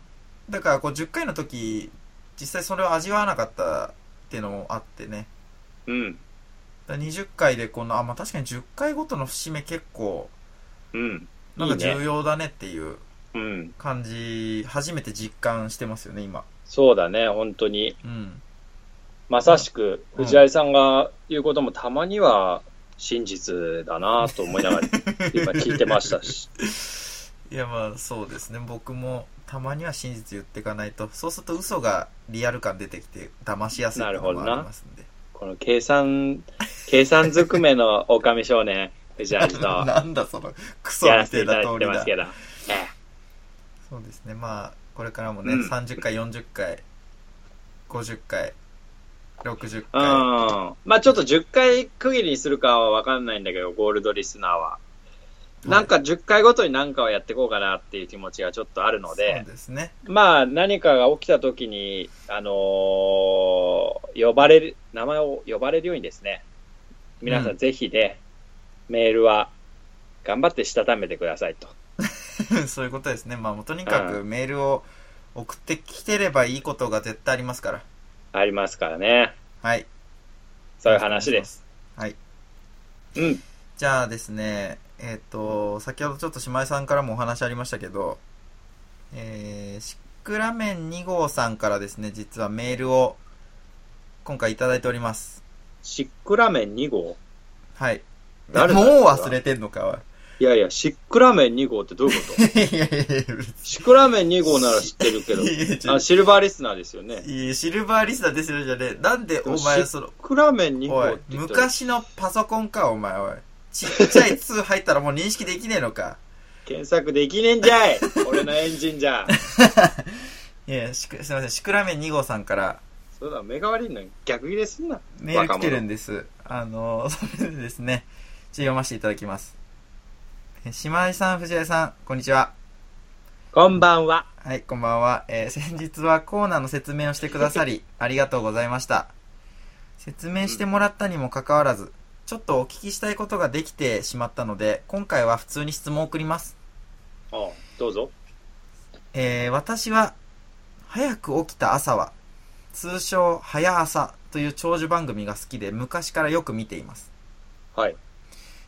S3: だからこう10回の時、実際それを味わわなかったっていうのもあってね。
S1: うん。
S3: だから20回でこの、あ、まあ、確かに10回ごとの節目結構、
S1: うん。
S3: なんか
S1: いいね
S3: 重要だねっていう
S1: うん。
S3: 感じ、初めて実感してますよね、今。
S1: そうだね、本当に。
S3: うん。
S1: まさしく、
S3: うん
S1: 藤井さんが言うこともたまには真実だなと思いながら、今聞いてました し。
S3: いや、まあ、そうですね。僕も、たまには真実言っていかないと、そうすると嘘がリアル感出てきて、騙しやすいっていうのもありますんで。
S1: この計算、計算ずくめの狼少年、藤井と、
S3: なんだ その、クソ
S1: やら
S3: み
S1: せてい
S3: たい
S1: た
S3: な
S1: だ
S3: 通
S1: いて
S3: り
S1: ま
S3: だ
S1: す。けど。ええ
S3: そうですね。まあ、これからもね、
S1: うん
S3: 30回、40回、50回、60
S1: うん
S3: 回。。
S1: まあちょっと10回区切りにするかはわかんないんだけど、ゴールドリスナーは。なんか10回ごとに何かをやっていこうかなっていう気持ちがちょっとあるの
S3: そ
S1: で
S3: う、ですね。
S1: まあ何かが起きた時に、あのー呼ばれる、名前を呼ばれるようにですね、皆さ
S3: うん
S1: んぜひで、メールは頑張ってしたためてくださいと。
S3: そういうことですね。まあ、もうとにかくメールを送ってきてればいいことが絶対ありますから。
S1: ありますからね。
S3: はい。
S1: そういう話です。
S3: す。はい。
S1: うん。
S3: じゃあですね、えっ、と、先ほどちょっと姉妹さんからもお話ありましたけど、えー、シクラメン2号さんからですね、実はメールを今回いただいております。
S1: シックラメン2号
S3: はい。もう
S1: 誰だよ
S3: 忘れてんのか、おい。
S1: いやいや、シックラメン2号ってどういうこと
S3: いやいやいやいや
S1: シックラメン2号なら知ってるけど。
S3: いやいやちょ
S1: あシルバーリスナーですよね。
S3: いやシルバーリスナーですよじゃねえなんでお
S1: で
S3: 前
S1: も
S3: その、
S1: クラメン2号
S3: お
S1: っ
S3: い
S1: て、言ったら
S3: 昔のパソコンか、お前、おい。ちっちゃい2入ったらもう認識できねえのか。
S1: 検索できねえんじ ゃい俺のエンジンじゃ。
S3: いや、しくすいません、シクラメン2号さんから
S1: そうだ、目が悪いのに逆切れすんな。
S3: メール来てるんです。あの、 それでですね、ちょっと読ませていただきます。え姉妹さん、藤江さん、こんにちは。
S1: こんばんは。
S3: はい、こんばんは。えー先日はコーナーの説明をしてくだ さり、ありがとうございました。説明してもらったにもかかわらず、ちょっとお聞きしたいことができてしまったので、今回は普通に質問を送ります。
S1: おうどうぞ。
S3: えー私は、早く起きた朝は、通称、早朝という長寿番組が好きで、昔からよく見ています。
S1: はい。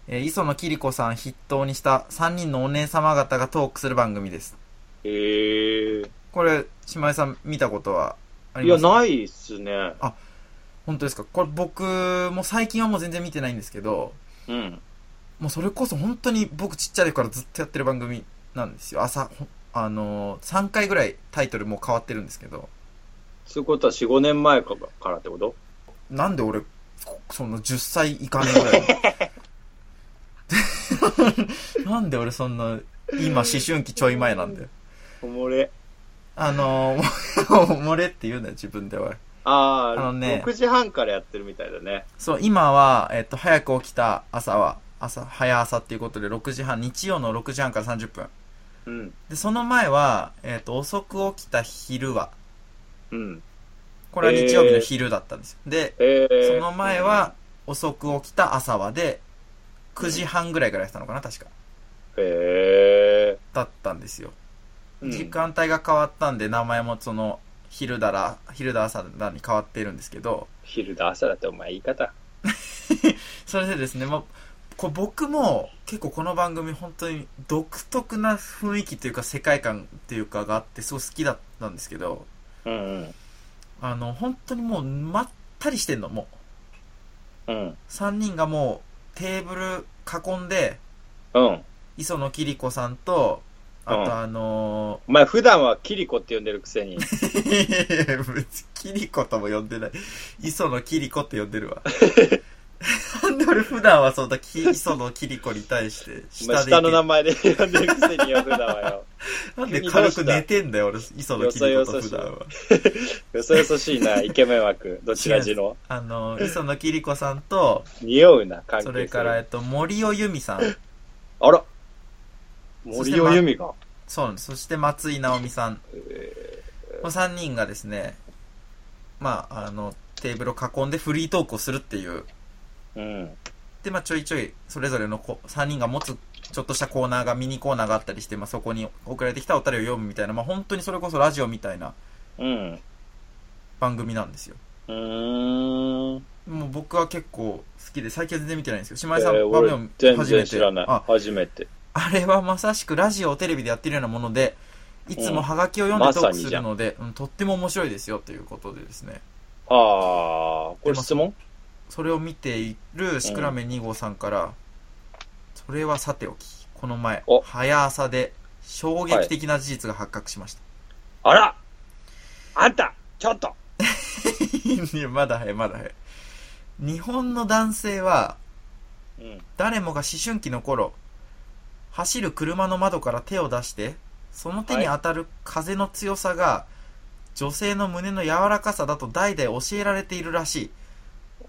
S3: えー磯野キリ子さん筆頭にした3人のお姉様方がトークする番組です。
S1: へえ
S3: これ、島井さん見たことはあ
S1: い
S3: りま
S1: や、
S3: すか
S1: ないっすね。
S3: 本当ですかこれ僕も最近はもう全然見てないんですけど、
S1: うん。
S3: もうそれこそ本当に僕ちっちゃい時からずっとやってる番組なんですよ。朝、ほんあのー、3回ぐらいタイトルもう変わってるんですけど、
S1: そういうことは4、5年前かからってこと
S3: なんで俺、こその10歳いかねえぐらいの。 なんで俺そんな、今思春期ちょい前なんだよ。
S1: おもれ。
S3: あの ー、漏れって言うなよ、自分では。
S1: ああ、
S3: あのね
S1: 6時半からやってるみたいだね。
S3: そう、今は、えっと、早く起きた朝は、朝、早朝っていうことで6時半、日曜の6時半から30分。
S1: うん。
S3: で、その前は、えっと、遅く起きた昼は、
S1: うん。
S3: これは日曜日の昼だったんですよ。で、
S1: ええ
S3: その前は、、遅く起きた朝はで、9時半ぐらいからやってたのかな、確か。
S1: うんへえ
S3: だったんです
S1: う
S3: よ。
S1: ん
S3: 時間帯が変わったんで、名前もその、昼だら、昼だ朝だに変わってるんですけど、
S1: 昼だ朝だってお前言い方。
S3: それでですね、まあ、こう僕も結構この番組本当に独特な雰囲気というか世界観というかがあってすごい好きだったんですけど、
S1: うん
S3: あの、本当にもうまったりしてんの、も
S1: うん。うん
S3: う。。3人がもうテーブル囲んで、
S1: うん。
S3: 磯野キリコさんと、あ
S1: うん
S3: とあの
S1: お前普段はキリコって呼んでるく せに。
S3: ー、いやいや別にキリコとも呼んでない。磯野キリコって呼んでるわ。なんで俺普段はそんなき磯野キリコに対して
S1: お前
S3: 下で
S1: 下の名
S3: い
S1: 前で呼んでるくせによ、普段は よ。
S3: けなんで軽く寝てんだよ、俺、磯野キリコと普段は。
S1: よそよそしいな、イケメン枠。どちらじの。
S3: あのー、磯野キリコさんと、
S1: 匂うな、関係
S3: それから、えっと、森尾由美さん。
S1: あら
S3: そし
S1: 森
S3: て
S1: 尾由美が。
S3: そうなんです。そして松井直美さん。この3人がですね、まあ、あの、テーブルを囲んでフリートークをするっていう。
S1: うん。
S3: で、まあ、ちょいちょい、それぞれのこ3人が持つ、ちょっとしたコーナーが、ミニコーナーがあったりして、まあ、そこに送られてきたお便りを読むみたいな、まあ、本当にそれこそラジオみたいな
S1: うん。
S3: 番組なんですよ。
S1: うーん。
S3: もう僕は結構好きで、最近は全然見てないんですけど、
S1: え
S3: 島井さ
S1: ー、
S3: ん、場面を
S1: 俺、全
S3: 初め
S1: 然
S3: て。
S1: 知らない。
S3: あ、
S1: 初めて。
S3: あれはまさしくラジオ、テレビでやってるようなもので、いつもハガキを読ん
S1: ま
S3: で
S1: さ
S3: トー
S1: に
S3: クす
S1: じゃ
S3: る
S1: ん
S3: ので、うんとっても面白いですよということでですね、
S1: あー、これ質問
S3: それを見ているシクラメン2号さんから、それはさておき、この前
S1: お、
S3: 早朝で衝撃的な事実が発覚しました。
S1: あらあんたちょっと
S3: いやまだ早い、まだ早い。日本の男性は、
S1: うん。
S3: 誰もが思春期の頃、走る車の窓から手を出して、その手に当たる風の強さが、女性の胸の柔らかさだと代々教えられているらしい、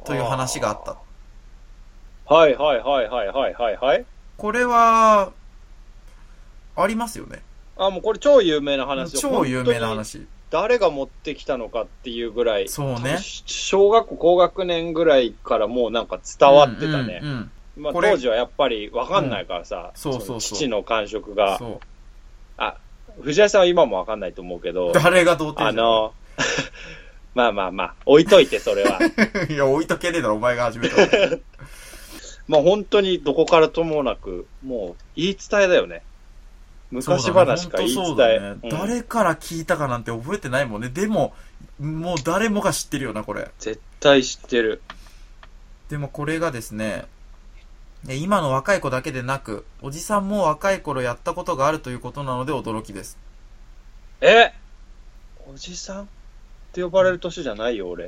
S3: という話があった。
S1: はいはいはいはいはいはいはい。
S3: これは、ありますよね。
S1: あ、もうこれ超有名な話よ
S3: 超有
S1: 本当に
S3: 名な。話。
S1: 誰が持ってきたのかっていうぐらい。
S3: そうね
S1: し小学校高学年ぐらいからもうなんか伝わってたね。
S3: うんうんうん
S1: まあ、
S3: これ
S1: 当時はやっぱりわかんないからさ、
S3: うんそうそうそう
S1: 父の感触が、
S3: そう。
S1: 藤井さんは今もわかんないと思うけ ど、
S3: 誰が童貞
S1: あ
S3: じゃ
S1: の、 まあまあまあ、置いといてそれ は。
S3: んいや、置いとけねえだろ、お前が始 めたから。
S1: まあ本当にどこからともなく、もう言い伝えだよね。昔話か言い伝
S3: そう
S1: え。
S3: だね本当そう
S1: う
S3: だね
S1: ん
S3: 誰から聞いたかなんて覚えてないもんね。でも、もう誰もが知ってるよな、これ。
S1: 絶対知ってる。
S3: でもこれがですね、え今の若い子だけでなく、おじさんも若い頃やったことがあるということなので驚きです。
S1: えおじさんって呼ばれる年じゃないよ、俺。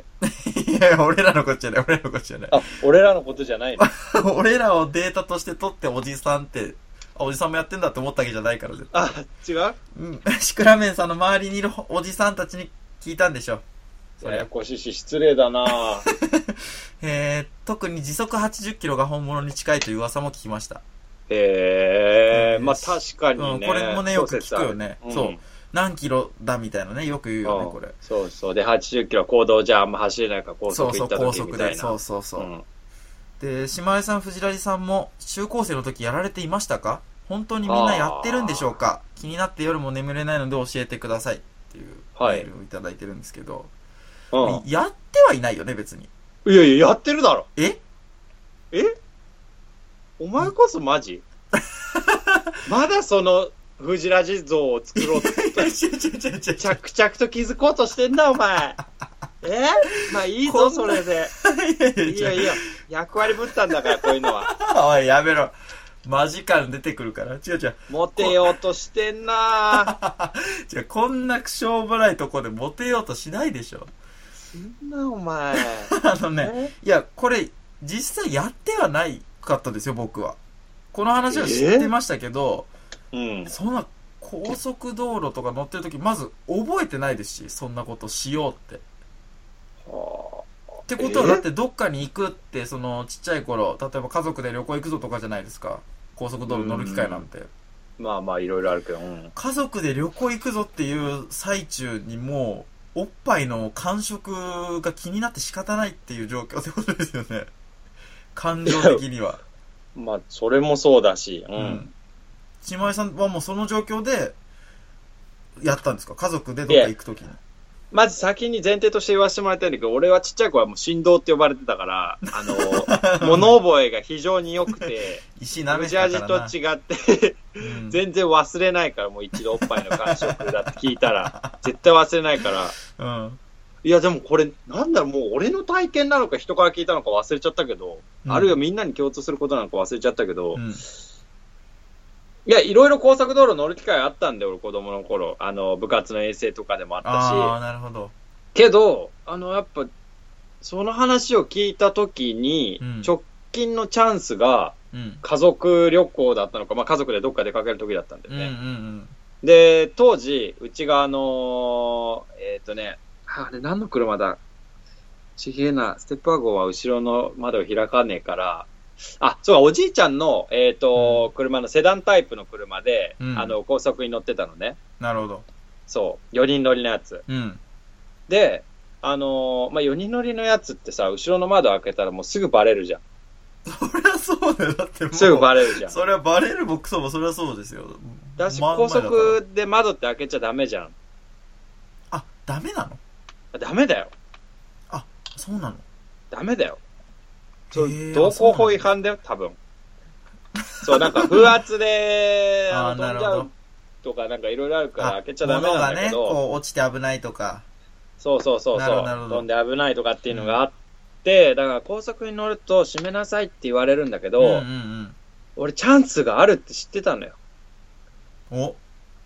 S3: いや、俺らのことじゃない、俺らのことじゃない。
S1: あ、俺らのことじゃないの。
S3: 俺らをデータとして取っておじさんって、あ、おじさんもやってんだって思ったわけじゃないから、絶対
S1: あ、違う
S3: うん。 シクラメンさんの周りにいるおじさんたちに聞いたんでしょ。そ
S1: や
S3: れ
S1: やこしいし、失礼 だな
S3: えー、特に時速80キロが本物に近いという噂も聞きました。
S1: へえ
S3: う
S1: ー、
S3: ん
S1: まあ確かにね、
S3: うんこれもねよく聞くよね
S1: 小説ある
S3: そう何キロだみたいなね、よく言うよ
S1: う
S3: ね、
S1: ん
S3: これ。
S1: そうそう。で、80キロ行動じゃあんま走れないから高
S3: そう
S1: 速
S3: そ
S1: 行っ
S3: う、
S1: た
S3: 高
S1: 時み
S3: 速
S1: た
S3: で。
S1: いな。
S3: そうそうそう。
S1: ん
S3: で、島井さん、藤谷さんも、中高生の時やられていましたか本当にみんなやってるんでしょうか気になって夜も眠れないので教えてくださいっていうメ
S1: はい
S3: ールをいただいてるんですけど、
S1: うん
S3: やってはいないよね、別に。
S1: いやいや、やってるだろ。
S3: え
S1: えお前こそマジまだその藤ラジ像を作ろうと、
S3: いや違う違う違う違う
S1: 着々と気づこうとしてんだ、お前。 えまあいい
S3: こ
S1: ぞ、
S3: んな
S1: それで。
S3: いや
S1: いいよ、
S3: いや違う
S1: いいよ。役割ぶったんだから、こういうのは。
S3: おいやめろマジ感出てくるから違う違う
S1: モテようとしてんな
S3: 違うこんなしょうもないとこでモテようとしないでしょ
S1: そんな、お前。
S3: あのね
S1: え
S3: いやこれ実際やってはないかったですよ僕はこの話は知ってましたけど、
S1: うん。
S3: そんな高速道路とか乗ってる時まず覚えてないですしそんなことしようってってことは
S1: え
S3: だってどっかに行くってそのちっちゃい頃例えば家族で旅行行くぞとかじゃないですか高速道路乗る機会なんて
S1: まあまあ、いろいろあるけど、うん。
S3: 家族で旅行行くぞっていう最中にもうおっぱいの感触が気になって仕方ないっていう状況ってことです よね感情的には
S1: まあ、それもそうだし、う。
S3: うんんちまいさんはもうその状況でやったんですか家族でどっか行く時に
S1: まず先に前提として言わせてもらいたいんだけど、俺はちっちゃい子はもう振動って呼ばれてたから、あ の、物覚えが非常に良くて、
S3: 石舐め
S1: 無
S3: て
S1: ジ
S3: た
S1: ャ
S3: か
S1: ー
S3: らな
S1: ジと違って、
S3: うん
S1: 全然忘れないから、もう一度おっぱいの感触だって聞いた ら、絶対忘れないから、
S3: うん
S1: いやでもこれ、なんだろう、もう俺の体験なのか人から聞いたのか忘れちゃったけど、
S3: うん
S1: あるいはみんなに共通することなのか忘れちゃったけど、
S3: うん
S1: いや、いろいろ高速道路乗る機会あったんで、俺子供の頃、あの、部活の遠征とかでもあったし、
S3: ああなるほど
S1: けど、あの、やっぱ、その話を聞いたときに、
S3: うん
S1: 直近のチャンスが
S3: うん
S1: 家族旅行だったのか、まあ家族でどっか出かけるときだったんだ
S3: う
S1: よ
S3: んうん
S1: ね。
S3: うん
S1: で、当時、うちがあのーえっ、とね、ああれ何の車だちげえな、ステップワゴンは後ろの窓を開かねえから、あ、そうか、おじいちゃんの、えっ、と、車のセダンタイプの車で、
S3: うん
S1: あの、高速に乗ってたのね。
S3: なるほど
S1: そう、4人乗りのやつ。
S3: うん
S1: で、あのーまあ、4人乗りのやつってさ、後ろの窓開けたらもうすぐバレるじゃん。
S3: そりゃそうだよだってもう
S1: すぐバレるじゃん。
S3: それはバレるもクソもそれはそうですよ
S1: だし、
S3: まんま
S1: 高
S3: だから
S1: 速で窓って開けちゃダメじゃん。
S3: あダメなの
S1: ダメだよ。
S3: そうなの
S1: ダメだよ。そう
S3: へー
S1: 道交法違反だよ、多分。そう、なんか風圧で
S3: あー
S1: あの
S3: な
S1: 飛ん
S3: る
S1: じ
S3: ほ
S1: ゃ
S3: ど
S1: うとか、なんかいろいろあるから
S3: あ
S1: 開けちゃダメなんだけ
S3: 物がね
S1: ど、
S3: こう落ちて危ないとか
S1: そうそうそう
S3: な
S1: そ
S3: る
S1: う、
S3: ほどなるほど
S1: 飛んで危ないとかっていうのがあって、だから高速に乗ると閉めなさいって言われるんだけど、
S3: うんうん
S1: 俺チャンスがあるって知ってたのよ。
S3: うんお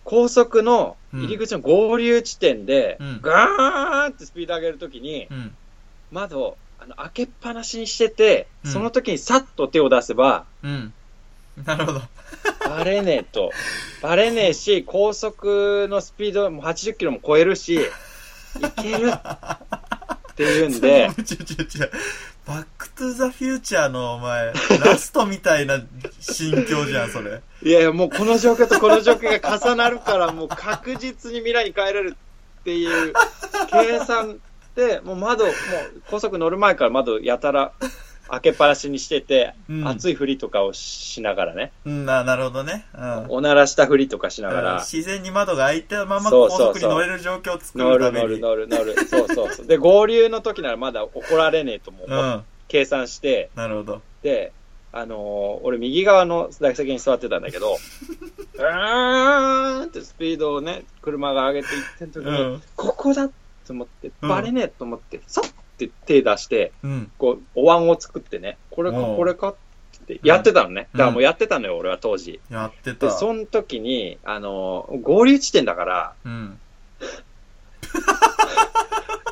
S1: 高速の入り口の合流地点で、
S3: うん
S1: ガーンってスピード上げるときに、
S3: うん
S1: 窓をあの開けっぱなしにしてて、
S3: うん
S1: その時にさっと手を出せば、
S3: うんなるほど、
S1: バレねえと。バレねえし、高速のスピードも80キロも超えるし、いけるっていうんで
S3: 違う違う違うバックトゥザフューチャーの お前、ラストみたいな心境じゃん、それ。
S1: いやいや、もうこの状況とこの状況が重なるから、もう確実に未来に変えれるっていう計算で、もう窓、もう高速乗る前から窓やたら開けっぱなしにしてて、
S3: うん
S1: 熱いふりとかをしながらね、
S3: うん、ななるほどね。うん。
S1: おならしたふりとかしながら、
S3: 自然に窓が開いたまま
S1: そう
S3: 高
S1: そうそう
S3: 速に乗れる状況を作
S1: 乗
S3: るた
S1: る
S3: め
S1: 乗る
S3: に。
S1: 乗る乗る、そうそうそう。で、合流の時ならまだ怒られねえとも
S3: う
S1: 思って
S3: ん。
S1: 計算して、
S3: なるほど。
S1: で、あのー俺右側の座席に座ってたんだ けど、うーんってスピードをね、車が上げていってん
S3: う
S1: 時に、
S3: ん。
S1: ここだと思って、
S3: うん
S1: バレねえと思って、さって手出して、
S3: うん。
S1: こう、お椀を作ってね、これか、
S3: おう
S1: これかってやってたのね。
S3: うん
S1: だからもうやってたのよ、俺は当時。
S3: やってた
S1: で、。その時に、あのー合流地点だから、
S3: うん。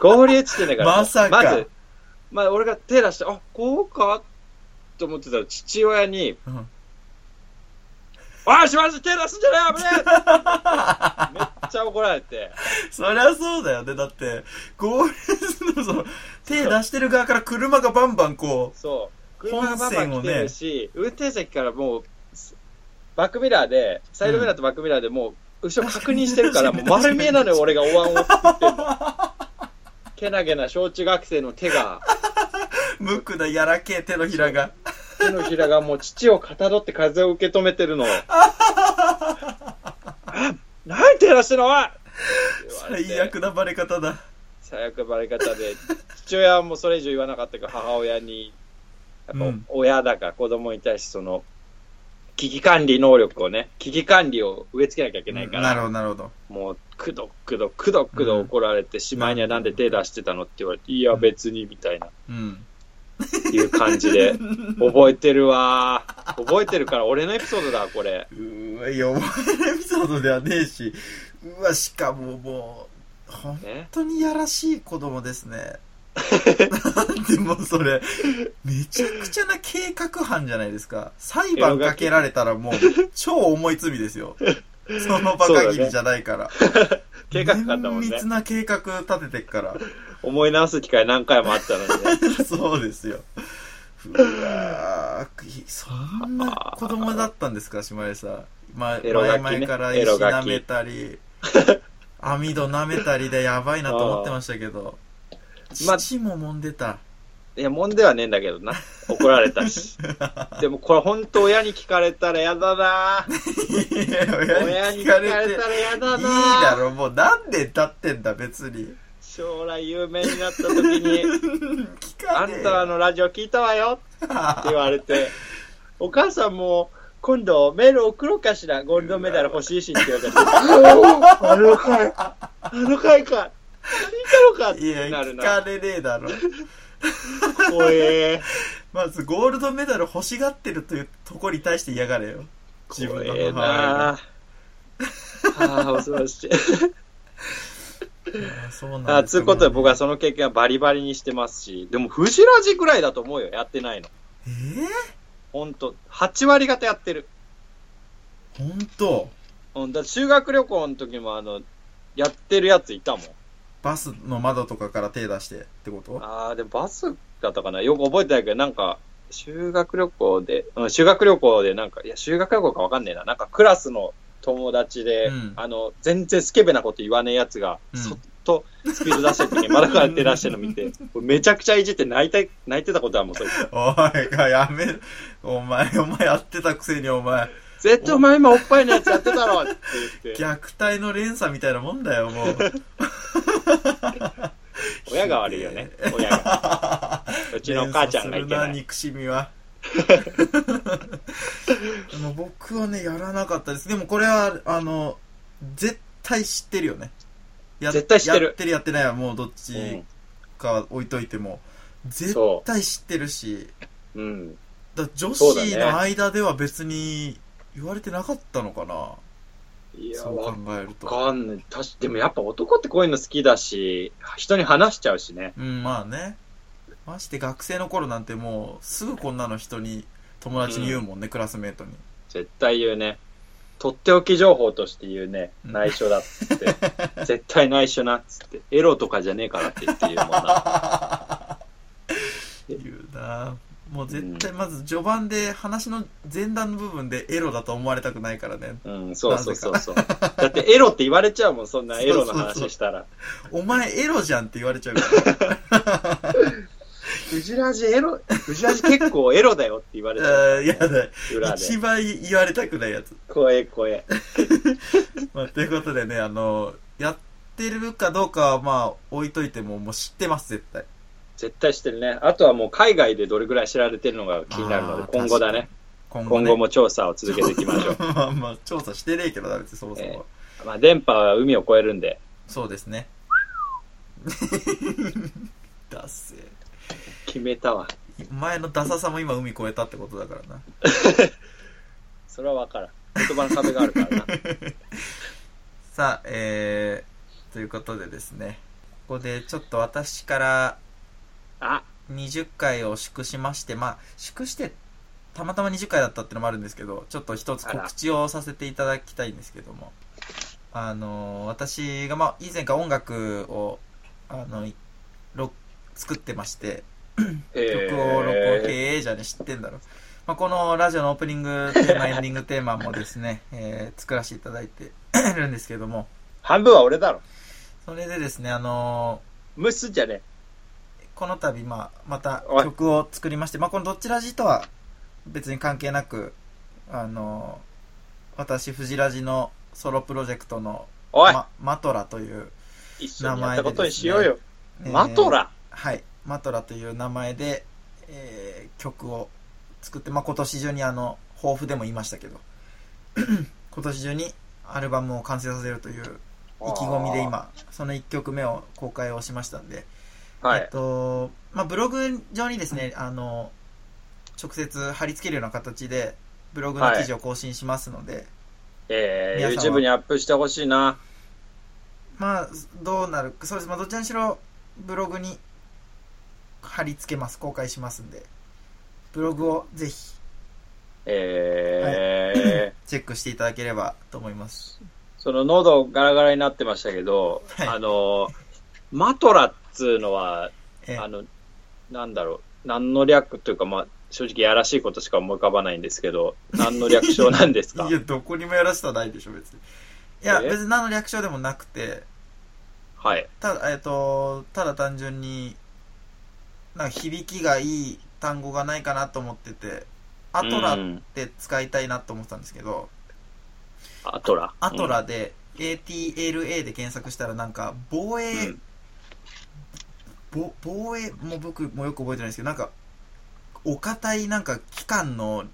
S1: 合流地点だから、
S3: まさか
S1: まず、まあ、俺が手出して、あ、こうかと思ってたら、父親に、
S3: うん。
S1: おい、しまず手出すんじゃない危ねえめっちゃ怒られて。
S3: そりゃそうだよね。だって、合流のその、手出してる側から車がバンバンこ
S1: そう。車が
S3: 本
S1: バンバ
S3: 線
S1: ン
S3: をね
S1: 来てるし、運転席からもう、バックミラーで、サイドミラーとバックミラーでもう、後ろ確認してるから、もう丸見えなのよ、俺がお椀を作ってんの。 けなげな小中学生の手が、
S3: う、無垢なやらけえ手のひらが。
S1: 手のひらがもう父をかたどって風を受け止めてるの。あ なんて手出してんのおい言われて
S3: 最悪なバレ方だ。
S1: 最悪バレ方で、父親はもうそれ以上言わなかったけど、母親に、やっぱ
S3: うん
S1: 親だから子供に対してその、危機管理能力をね、危機管理を植え付けなきゃいけないか
S3: なる
S1: ら、
S3: ほど、なるほど。
S1: もう、くどくどくどくど怒られて、しまいにはなんで手出してたのって言われて、いや、別に、みたいな、
S3: うん。
S1: いう感じで、覚えてるわー。覚えてるから、俺のエピソードだ、これ。
S3: うわ、読まれるエピソードではねえし、うわ、しかももう、本
S1: ね。
S3: 当にやらしい子供で すね。なんでもうそれ、めちゃくちゃな計画犯じゃないですか。裁判かけられたらもう、超重い 罪ですよ。そのバカ切りじゃないから。
S1: 計画だったもん
S3: 綿
S1: ね
S3: 密。な計画立ててっから。
S1: 思い直す機会何回もあったのにね。
S3: そうですよ。うわーそんな子供だったんですか、島根さん。ま、
S1: エロガ
S3: 前
S1: キね
S3: 々から
S1: エ
S3: 石
S1: ロガ
S3: 舐
S1: キ
S3: めたり、網戸舐めたりでやばいなと思ってましたけど、
S1: ま
S3: 父も揉んでた。
S1: いや、もんではねえんだけどな。怒られたし。でも、これ本当親に聞かれたらやだなー
S3: いや
S1: 親
S3: 親
S1: に
S3: に
S1: 聞
S3: 聞
S1: か
S3: か
S1: れ
S3: れ
S1: た
S3: て、い
S1: らやだない
S3: だろ、もう何年経ってんだ、別に。
S1: 将来有名になった時に、
S3: 聞か
S1: あ
S3: ね
S1: ん
S3: え
S1: た
S3: よ。
S1: のラジオ聞いたわ よって言われて、お母さんも今度メール送ろうかしら、ゴールドメダル欲しいしって言われて、あの回、あの回か、聞いたのかっ
S3: いや
S1: て、なる
S3: 聞
S1: な。
S3: かれねえだろ。
S1: 怖え
S3: まず、ゴールドメダル欲しがってるというところに対して嫌がれよ。自
S1: 怖
S3: 分の
S1: え
S3: 母
S1: なああ、恐ろしい。
S3: 親が。あそうな
S1: あ
S3: んです
S1: つうことで僕はその経験はバリバリにしてますし、でも藤ラジくらいだと思うよ、やってないの。
S3: え
S1: ほんと、8割方やってる。
S3: ー、ほんと
S1: うん、だって修学旅行の時もあの、やってるやついたもん。
S3: バスの窓とかから手出してってこと
S1: ああ、でもバスだったかなよく覚えてないけど、なんか、修学旅行で、うん、修学旅行でなんか、いや、修学旅行かわかんねえな。なんかクラスの友達で、
S3: うん
S1: あの、全然スケベなこと言わねえやつが、
S3: うん
S1: そっとスピード出してる時 に、まだから手出してるの見て、めちゃくちゃいじって泣いた、泣いてたことはもうそれ。
S3: おい、やめる。お前、お前やってたくせにお前、
S1: 絶対お前今おっぱいのやつやってたろって言って、
S3: 虐待の連鎖みたいなもんだよ、もう。
S1: 親が悪いよね。親が。うちのお母ちゃんがいけない。
S3: 連鎖するな、憎 しみは。でも僕はね、やらなかったです。でもこれは、あの、絶対知ってるよね。や
S1: 絶対知ってる
S3: やってるやってないはもうどっ
S1: うん
S3: ちか置いといても、絶対知ってるし、
S1: うん。
S3: だから女
S1: そうだね
S3: 子の間では別に言われてなかったのかな。
S1: いや、
S3: そう
S1: わ
S3: 考えると。
S1: かんない。たし、でもやっぱ男ってこういうの好きだし、人に話しちゃうしね。
S3: うん、まあね。まして学生の頃なんてもう、すぐこんなの人に、友達に言うもんね、クラスメートに。
S1: 絶対言うね。とっておき情報として言うね。
S3: うん
S1: 内緒だっつって。 絶対内緒なっつって。エロとかじゃねえからって言って言うもんな。
S3: 言うなもう絶対まず序盤で話の前段の部分でエロだと思われたくないからね
S1: うん、そうそうそうそう。だってエロって言われちゃうもん、そんなエロの話したら。
S3: お前エロじゃんって言われちゃう から
S1: フジラジエロ、フジラジ結構エロだよって言われちゃ
S3: あーやだ
S1: う。裏で。
S3: 一番言われたくないやつ、
S1: 怖え怖え。
S3: まあ、ということでねあのやってるかどうかはまあ置いといてももう知ってます絶対
S1: 絶対してるね。あとはもう海外でどれぐらい知られてるのが気になるの
S3: あ
S1: で、
S3: ー
S1: 今後だね。
S3: 今
S1: 今後も調査を続けていきましょう。
S3: まあまあ調査してねえけどだ別にそもそも、
S1: ええまあ、電波は海を越えるんで、
S3: そうですね ダッセー
S1: 決めたわ。
S3: 前のダサさも今海越えたってことだからな
S1: それは分からん。言葉の壁がある からな。
S3: さあえー、ということでですねここでちょっと私から
S1: あ、
S3: 20回を祝しましてまあ祝してたまたま20回だったってのもあるんですけどちょっと一つ告知をさせていただきたいんですけどもあのー私がまあ以前から音楽をあのいろ作ってまして
S1: え
S3: 曲を録音経営者に知ってんだろ、まあ、このラジオのオープニングテーマエンディングテーマもですね、えー作らせていただいてるんですけども
S1: 半分は俺だろ。
S3: それでですねあの
S1: ムスじゃね
S3: ーこの度、まあ、また
S1: おい
S3: 曲を作りまして、まあ、このどっちラジとは別に関係なくあのー私フジラジのソロプロジェクトの、
S1: おい、
S3: まマトラという、
S1: 一緒にやったことにしようよ。
S3: えー
S1: マトラ、
S3: はい、マトラという名前で、えー曲を作って、まあ、今年中にあの抱負でも言いましたけど 今年中にアルバムを完成させるという意気込みで。今その1曲目を公開をしましたんで、
S1: は
S3: えっ
S1: い。
S3: とまあ、ブログ上にですねあの直接貼り付けるような形でブログの記事を更新しますので、
S1: えー、
S3: 皆さんは
S1: YouTube にアップしてほしいな。
S3: まあどうなるそうです、まあ、どちらにしろブログに貼り付けます公開しますんでブログをぜひ
S1: えー、
S3: チェックしてい ただければと思います
S1: その喉ガラガラになってましたけど、
S3: はい
S1: あの、マトラっつうのは、
S3: え
S1: あの、なんだろう、何の略というか、まあ、正直やらしいことしか思い浮かばないんですけ ど、何の略称なんですか
S3: いやどこにもやらせたないでしょ別にいや
S1: え
S3: 別に何の略称でもなくて
S1: はい。
S3: ただ,、えっとただ単純になんか響きがいい単語がないかなと思っててアトラ
S1: う
S3: っ
S1: ん
S3: て使いたいなと思ってたんですけど、
S1: アトラ。
S3: アトラで ATLA で検索したらなんか防
S1: う
S3: 衛、
S1: ん。うん
S3: ぼ防衛も僕もよく覚えてないんですけどなんかお堅いなんか機関の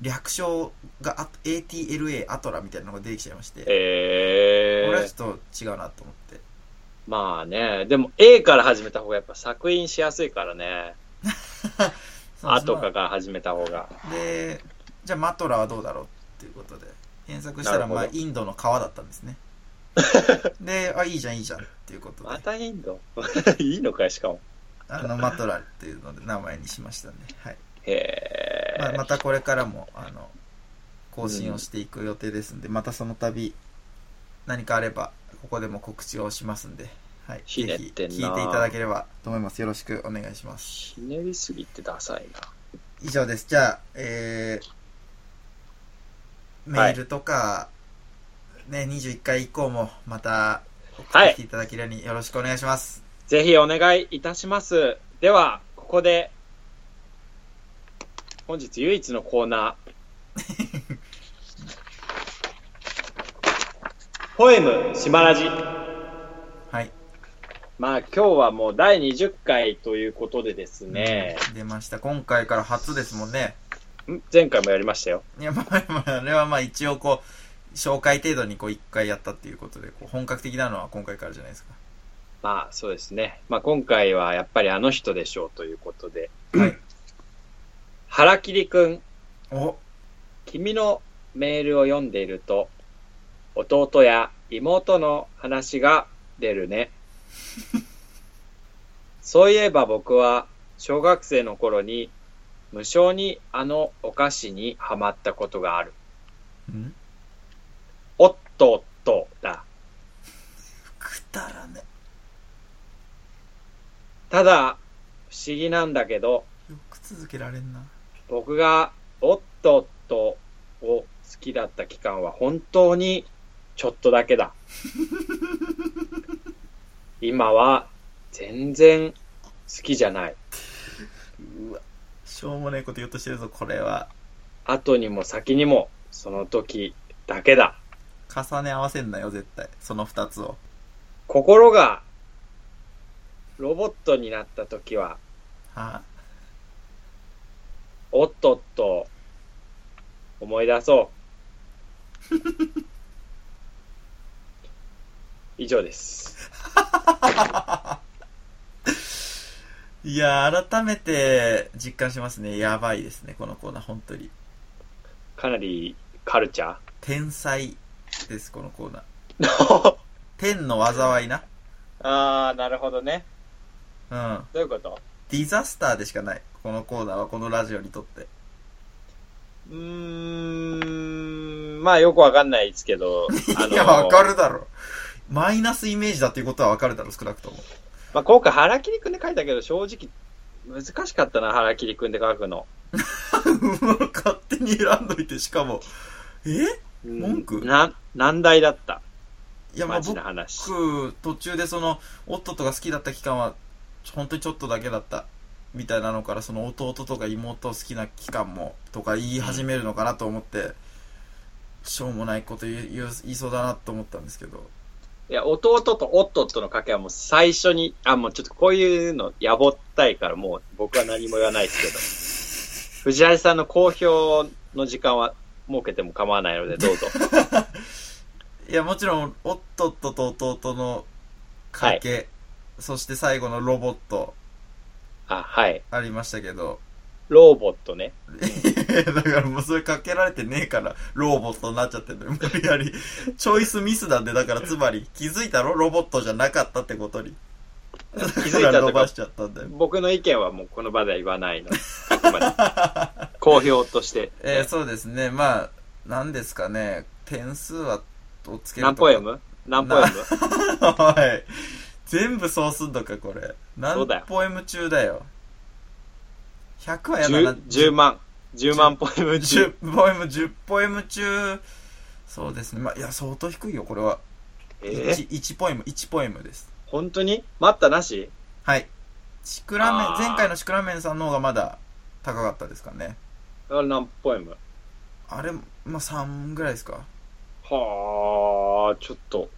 S3: 略称があ ATLA アトラみたいなのが出てきちゃいまして
S1: え
S3: これは
S1: ー
S3: ち、ょっと違うなと思って
S1: まあね、でも A から始めた方がやっぱ作品しやすいからね。
S3: そう
S1: アとかから始めた方が。
S3: でじゃあマトラはどうだろうっていうことで検索したら
S1: なるほ
S3: ま
S1: ど
S3: あインドの川だったんで すねであいいじゃんいいじゃんっていうこと
S1: ま
S3: で
S1: たインド いいのかよ、しかも。
S3: あのマトラっていうので名前にしましたね、はい
S1: へ
S3: まあ、
S1: ー
S3: またこれからもあの更新をしていく予定ですんで、またその度何かあればここでも告知をしますんで、はい、
S1: ひね
S3: ぜ
S1: っ
S3: ひ
S1: て
S3: 聞
S1: ん
S3: い
S1: な
S3: ていただければと思いますよろしくお願いします
S1: ひねりすぎってダサいな。
S3: 以上です。じゃあ、えー、メ
S1: はい
S3: ールとか、ね、21回以降もまた送
S1: はい
S3: っていただけるようによろしくお願いします。
S1: ぜひお願いいたします。では、ここで、本日唯一のコーナー、 ポエム、しまらじ。
S3: はい、
S1: まあ今日はもう第20回ということでですね、
S3: 出ました。今回から初ですもんね。
S1: ん前回もやりましたよ。
S3: いや、まあ、まあ、あれはまあ一応こう、紹介程度にこう一回やったっていうことで、こう本格的なのは今回からじゃないですか。
S1: まあそうですね。まあ今回はやっぱりあの人でしょうということで、
S3: はい。
S1: 腹切りくん、
S3: お、
S1: 君のメールを読んでいると、弟や妹の話が出るね。 そういえば僕は小学生の頃に無性にあのお菓子にはまったことがある。
S3: ん
S1: おっとおっとだ。
S3: くだらね。
S1: ただ不思議なんだけど、
S3: よく続けられんな。
S1: 僕がおっとおっとを好きだった期間は本当にちょっとだけだ。今は全然好きじゃない。
S3: うわ。しょうもねえこと言おうとしてるぞ、これは。
S1: 後にも先にもその時だけだ。
S3: 重ね合わせんなよ、絶対。その二つを。
S1: 心がロボットになった時は、
S3: は
S1: おっとっと思い出そう。以上です。
S3: い、いやー、改めて実感しますね。やばいですね、このコーナー、本当に。
S1: かなりカルチャー
S3: 天才です、このコーナー。
S1: あ
S3: 天の災いな。
S1: あー、なるほどね。
S3: うん。
S1: どういうこと
S3: ディザスターでしかない。このコーナーは、このラジオにとって。
S1: うーん、まあよくわかんないですけ ど、あ
S3: いや、わか
S1: る。
S3: るだろ。マイナスイメージだっていうことはわかるだろ、少なくとも。
S1: まあ今回腹切りくんで書いたけど、正直、難しかったな、腹切りくんで書くの。
S3: 勝手に選んどいて、しかも。え
S1: うん
S3: 文句
S1: な、難題だった。
S3: いや、まあ、
S1: マジ
S3: 僕
S1: な話。
S3: 僕途中でそのオットとが好きだった期間は本当にちょっとだけだったみたいなのからその弟とか妹を好きな期間もとか言い始めるのかなと思って、しょうもないこと言う言う言いそうだなと思ったんですけど
S1: いや、弟と夫との掛けはもう最初に、あ、もうちょっとこういうのや ぼったいからもう僕は何も言わないですけど、藤原さんの好評の時間は設けても構わないので、どうぞ。
S3: いや、もちろん、おっとっとと弟の賭け、そして最後のロボット
S1: あ、はい。
S3: ありましたけど、
S1: ロボットね。
S3: だからもうそれかけられてねえから、ロボットになっちゃってるのよ無理やり。チョイスミスなんで、だからつまり、気づいたろロボットじゃなかったってことに。気
S1: づいたとか
S3: 伸ばしちゃったんだよ。
S1: 僕の意見はもうこの場では言わないの。あくまで。 公表として。
S3: えーそうですね。まあ、何ですかね。点数は、をつける
S1: 何
S3: とか。
S1: ポエ ム何ポエム
S3: はい。全部そうすんのか、これ。
S1: そ
S3: 何
S1: うだよ
S3: ポエム中だよ。100はやだな。
S1: 10, 10万。10万ポエム中。
S3: 10ポエム、10ポエム中、そうですね。まあ、いや、相当低いよ、これは。
S1: えー、
S3: 1, 1ポエム、1ポエムです。
S1: 本当に待ったなし
S3: はい。シクラ
S1: あー
S3: メン、前回のシクラメンさんの方がまだ高かったですかね。
S1: あ何ポエム
S3: あれ、まあ、3ぐらいですか。
S1: はあ、ちょっと。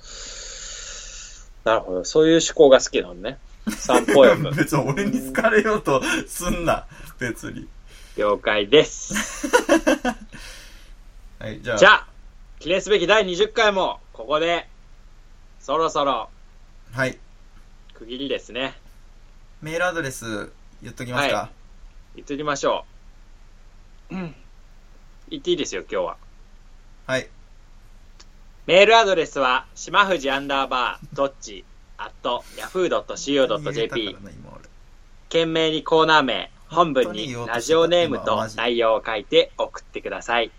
S1: なるほど。そういう思考が好きなのね。3ポエ ム。
S3: 別に俺に好かれようとすんな。別に。
S1: 了解です。
S3: はい、じゃあ。
S1: じゃあ、記念すべき第20回も、ここで、そろそろ
S3: はい。
S1: 区切りですね。
S3: メールアドレス、言っときますか。
S1: は移りましょう。うん。言っていいですよ、今日は。
S3: はい。
S1: メールアドレスは、しまふじアンダーバー、どっち、アット、
S3: 言え
S1: yahoo.co.jp
S3: た。からな今俺
S1: 懸命にコーナー名、本文にラジオネームと内容を書いて送ってください。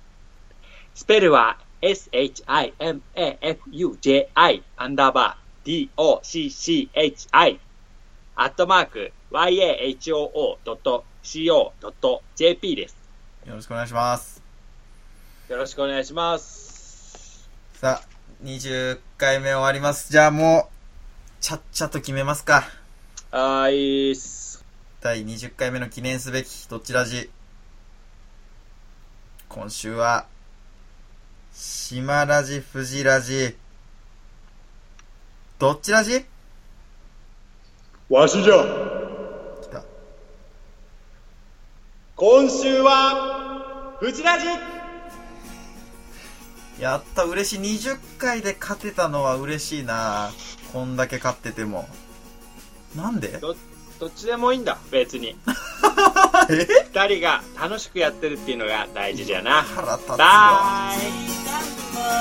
S1: スペルは shimafuji アンダーバー docchi アットマーク yahoo.co.jp です。
S3: よろしくお願いします。
S1: よろしくお願いします。
S3: さあ、20回目終わります。じゃあもう、ちゃっちゃと決めますか。
S1: あーいっす。
S3: 第20回目の記念すべき、どっちラジ。今週は、島ラジ、富士ラジ、どっちラジ
S1: わしじゃ
S3: 来た。
S1: 今週は、フジラジ
S3: やった、嬉しい。20回で勝てたのは嬉しいなこんだけ勝ってても。なんで
S1: どどっちでもいいんだ別 に
S3: え
S1: 二人が楽しくやってるっていうのが大事じゃな
S3: 腹立つわ。
S1: バイ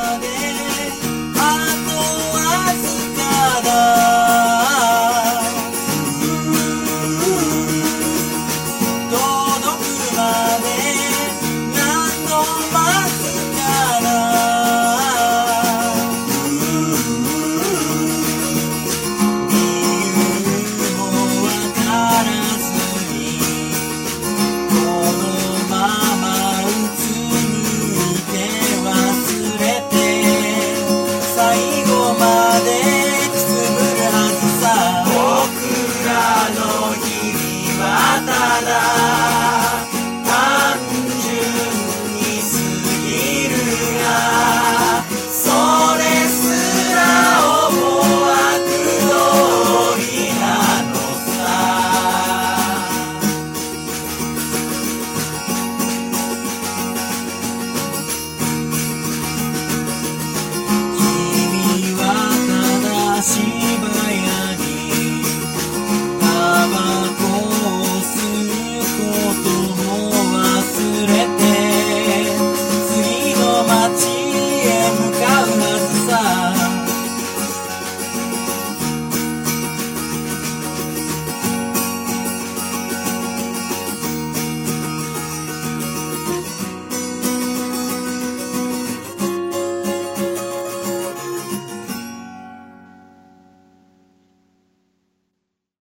S4: 「君はただ芝居にタバコを吸うことも忘れて」「次の街へ向かうな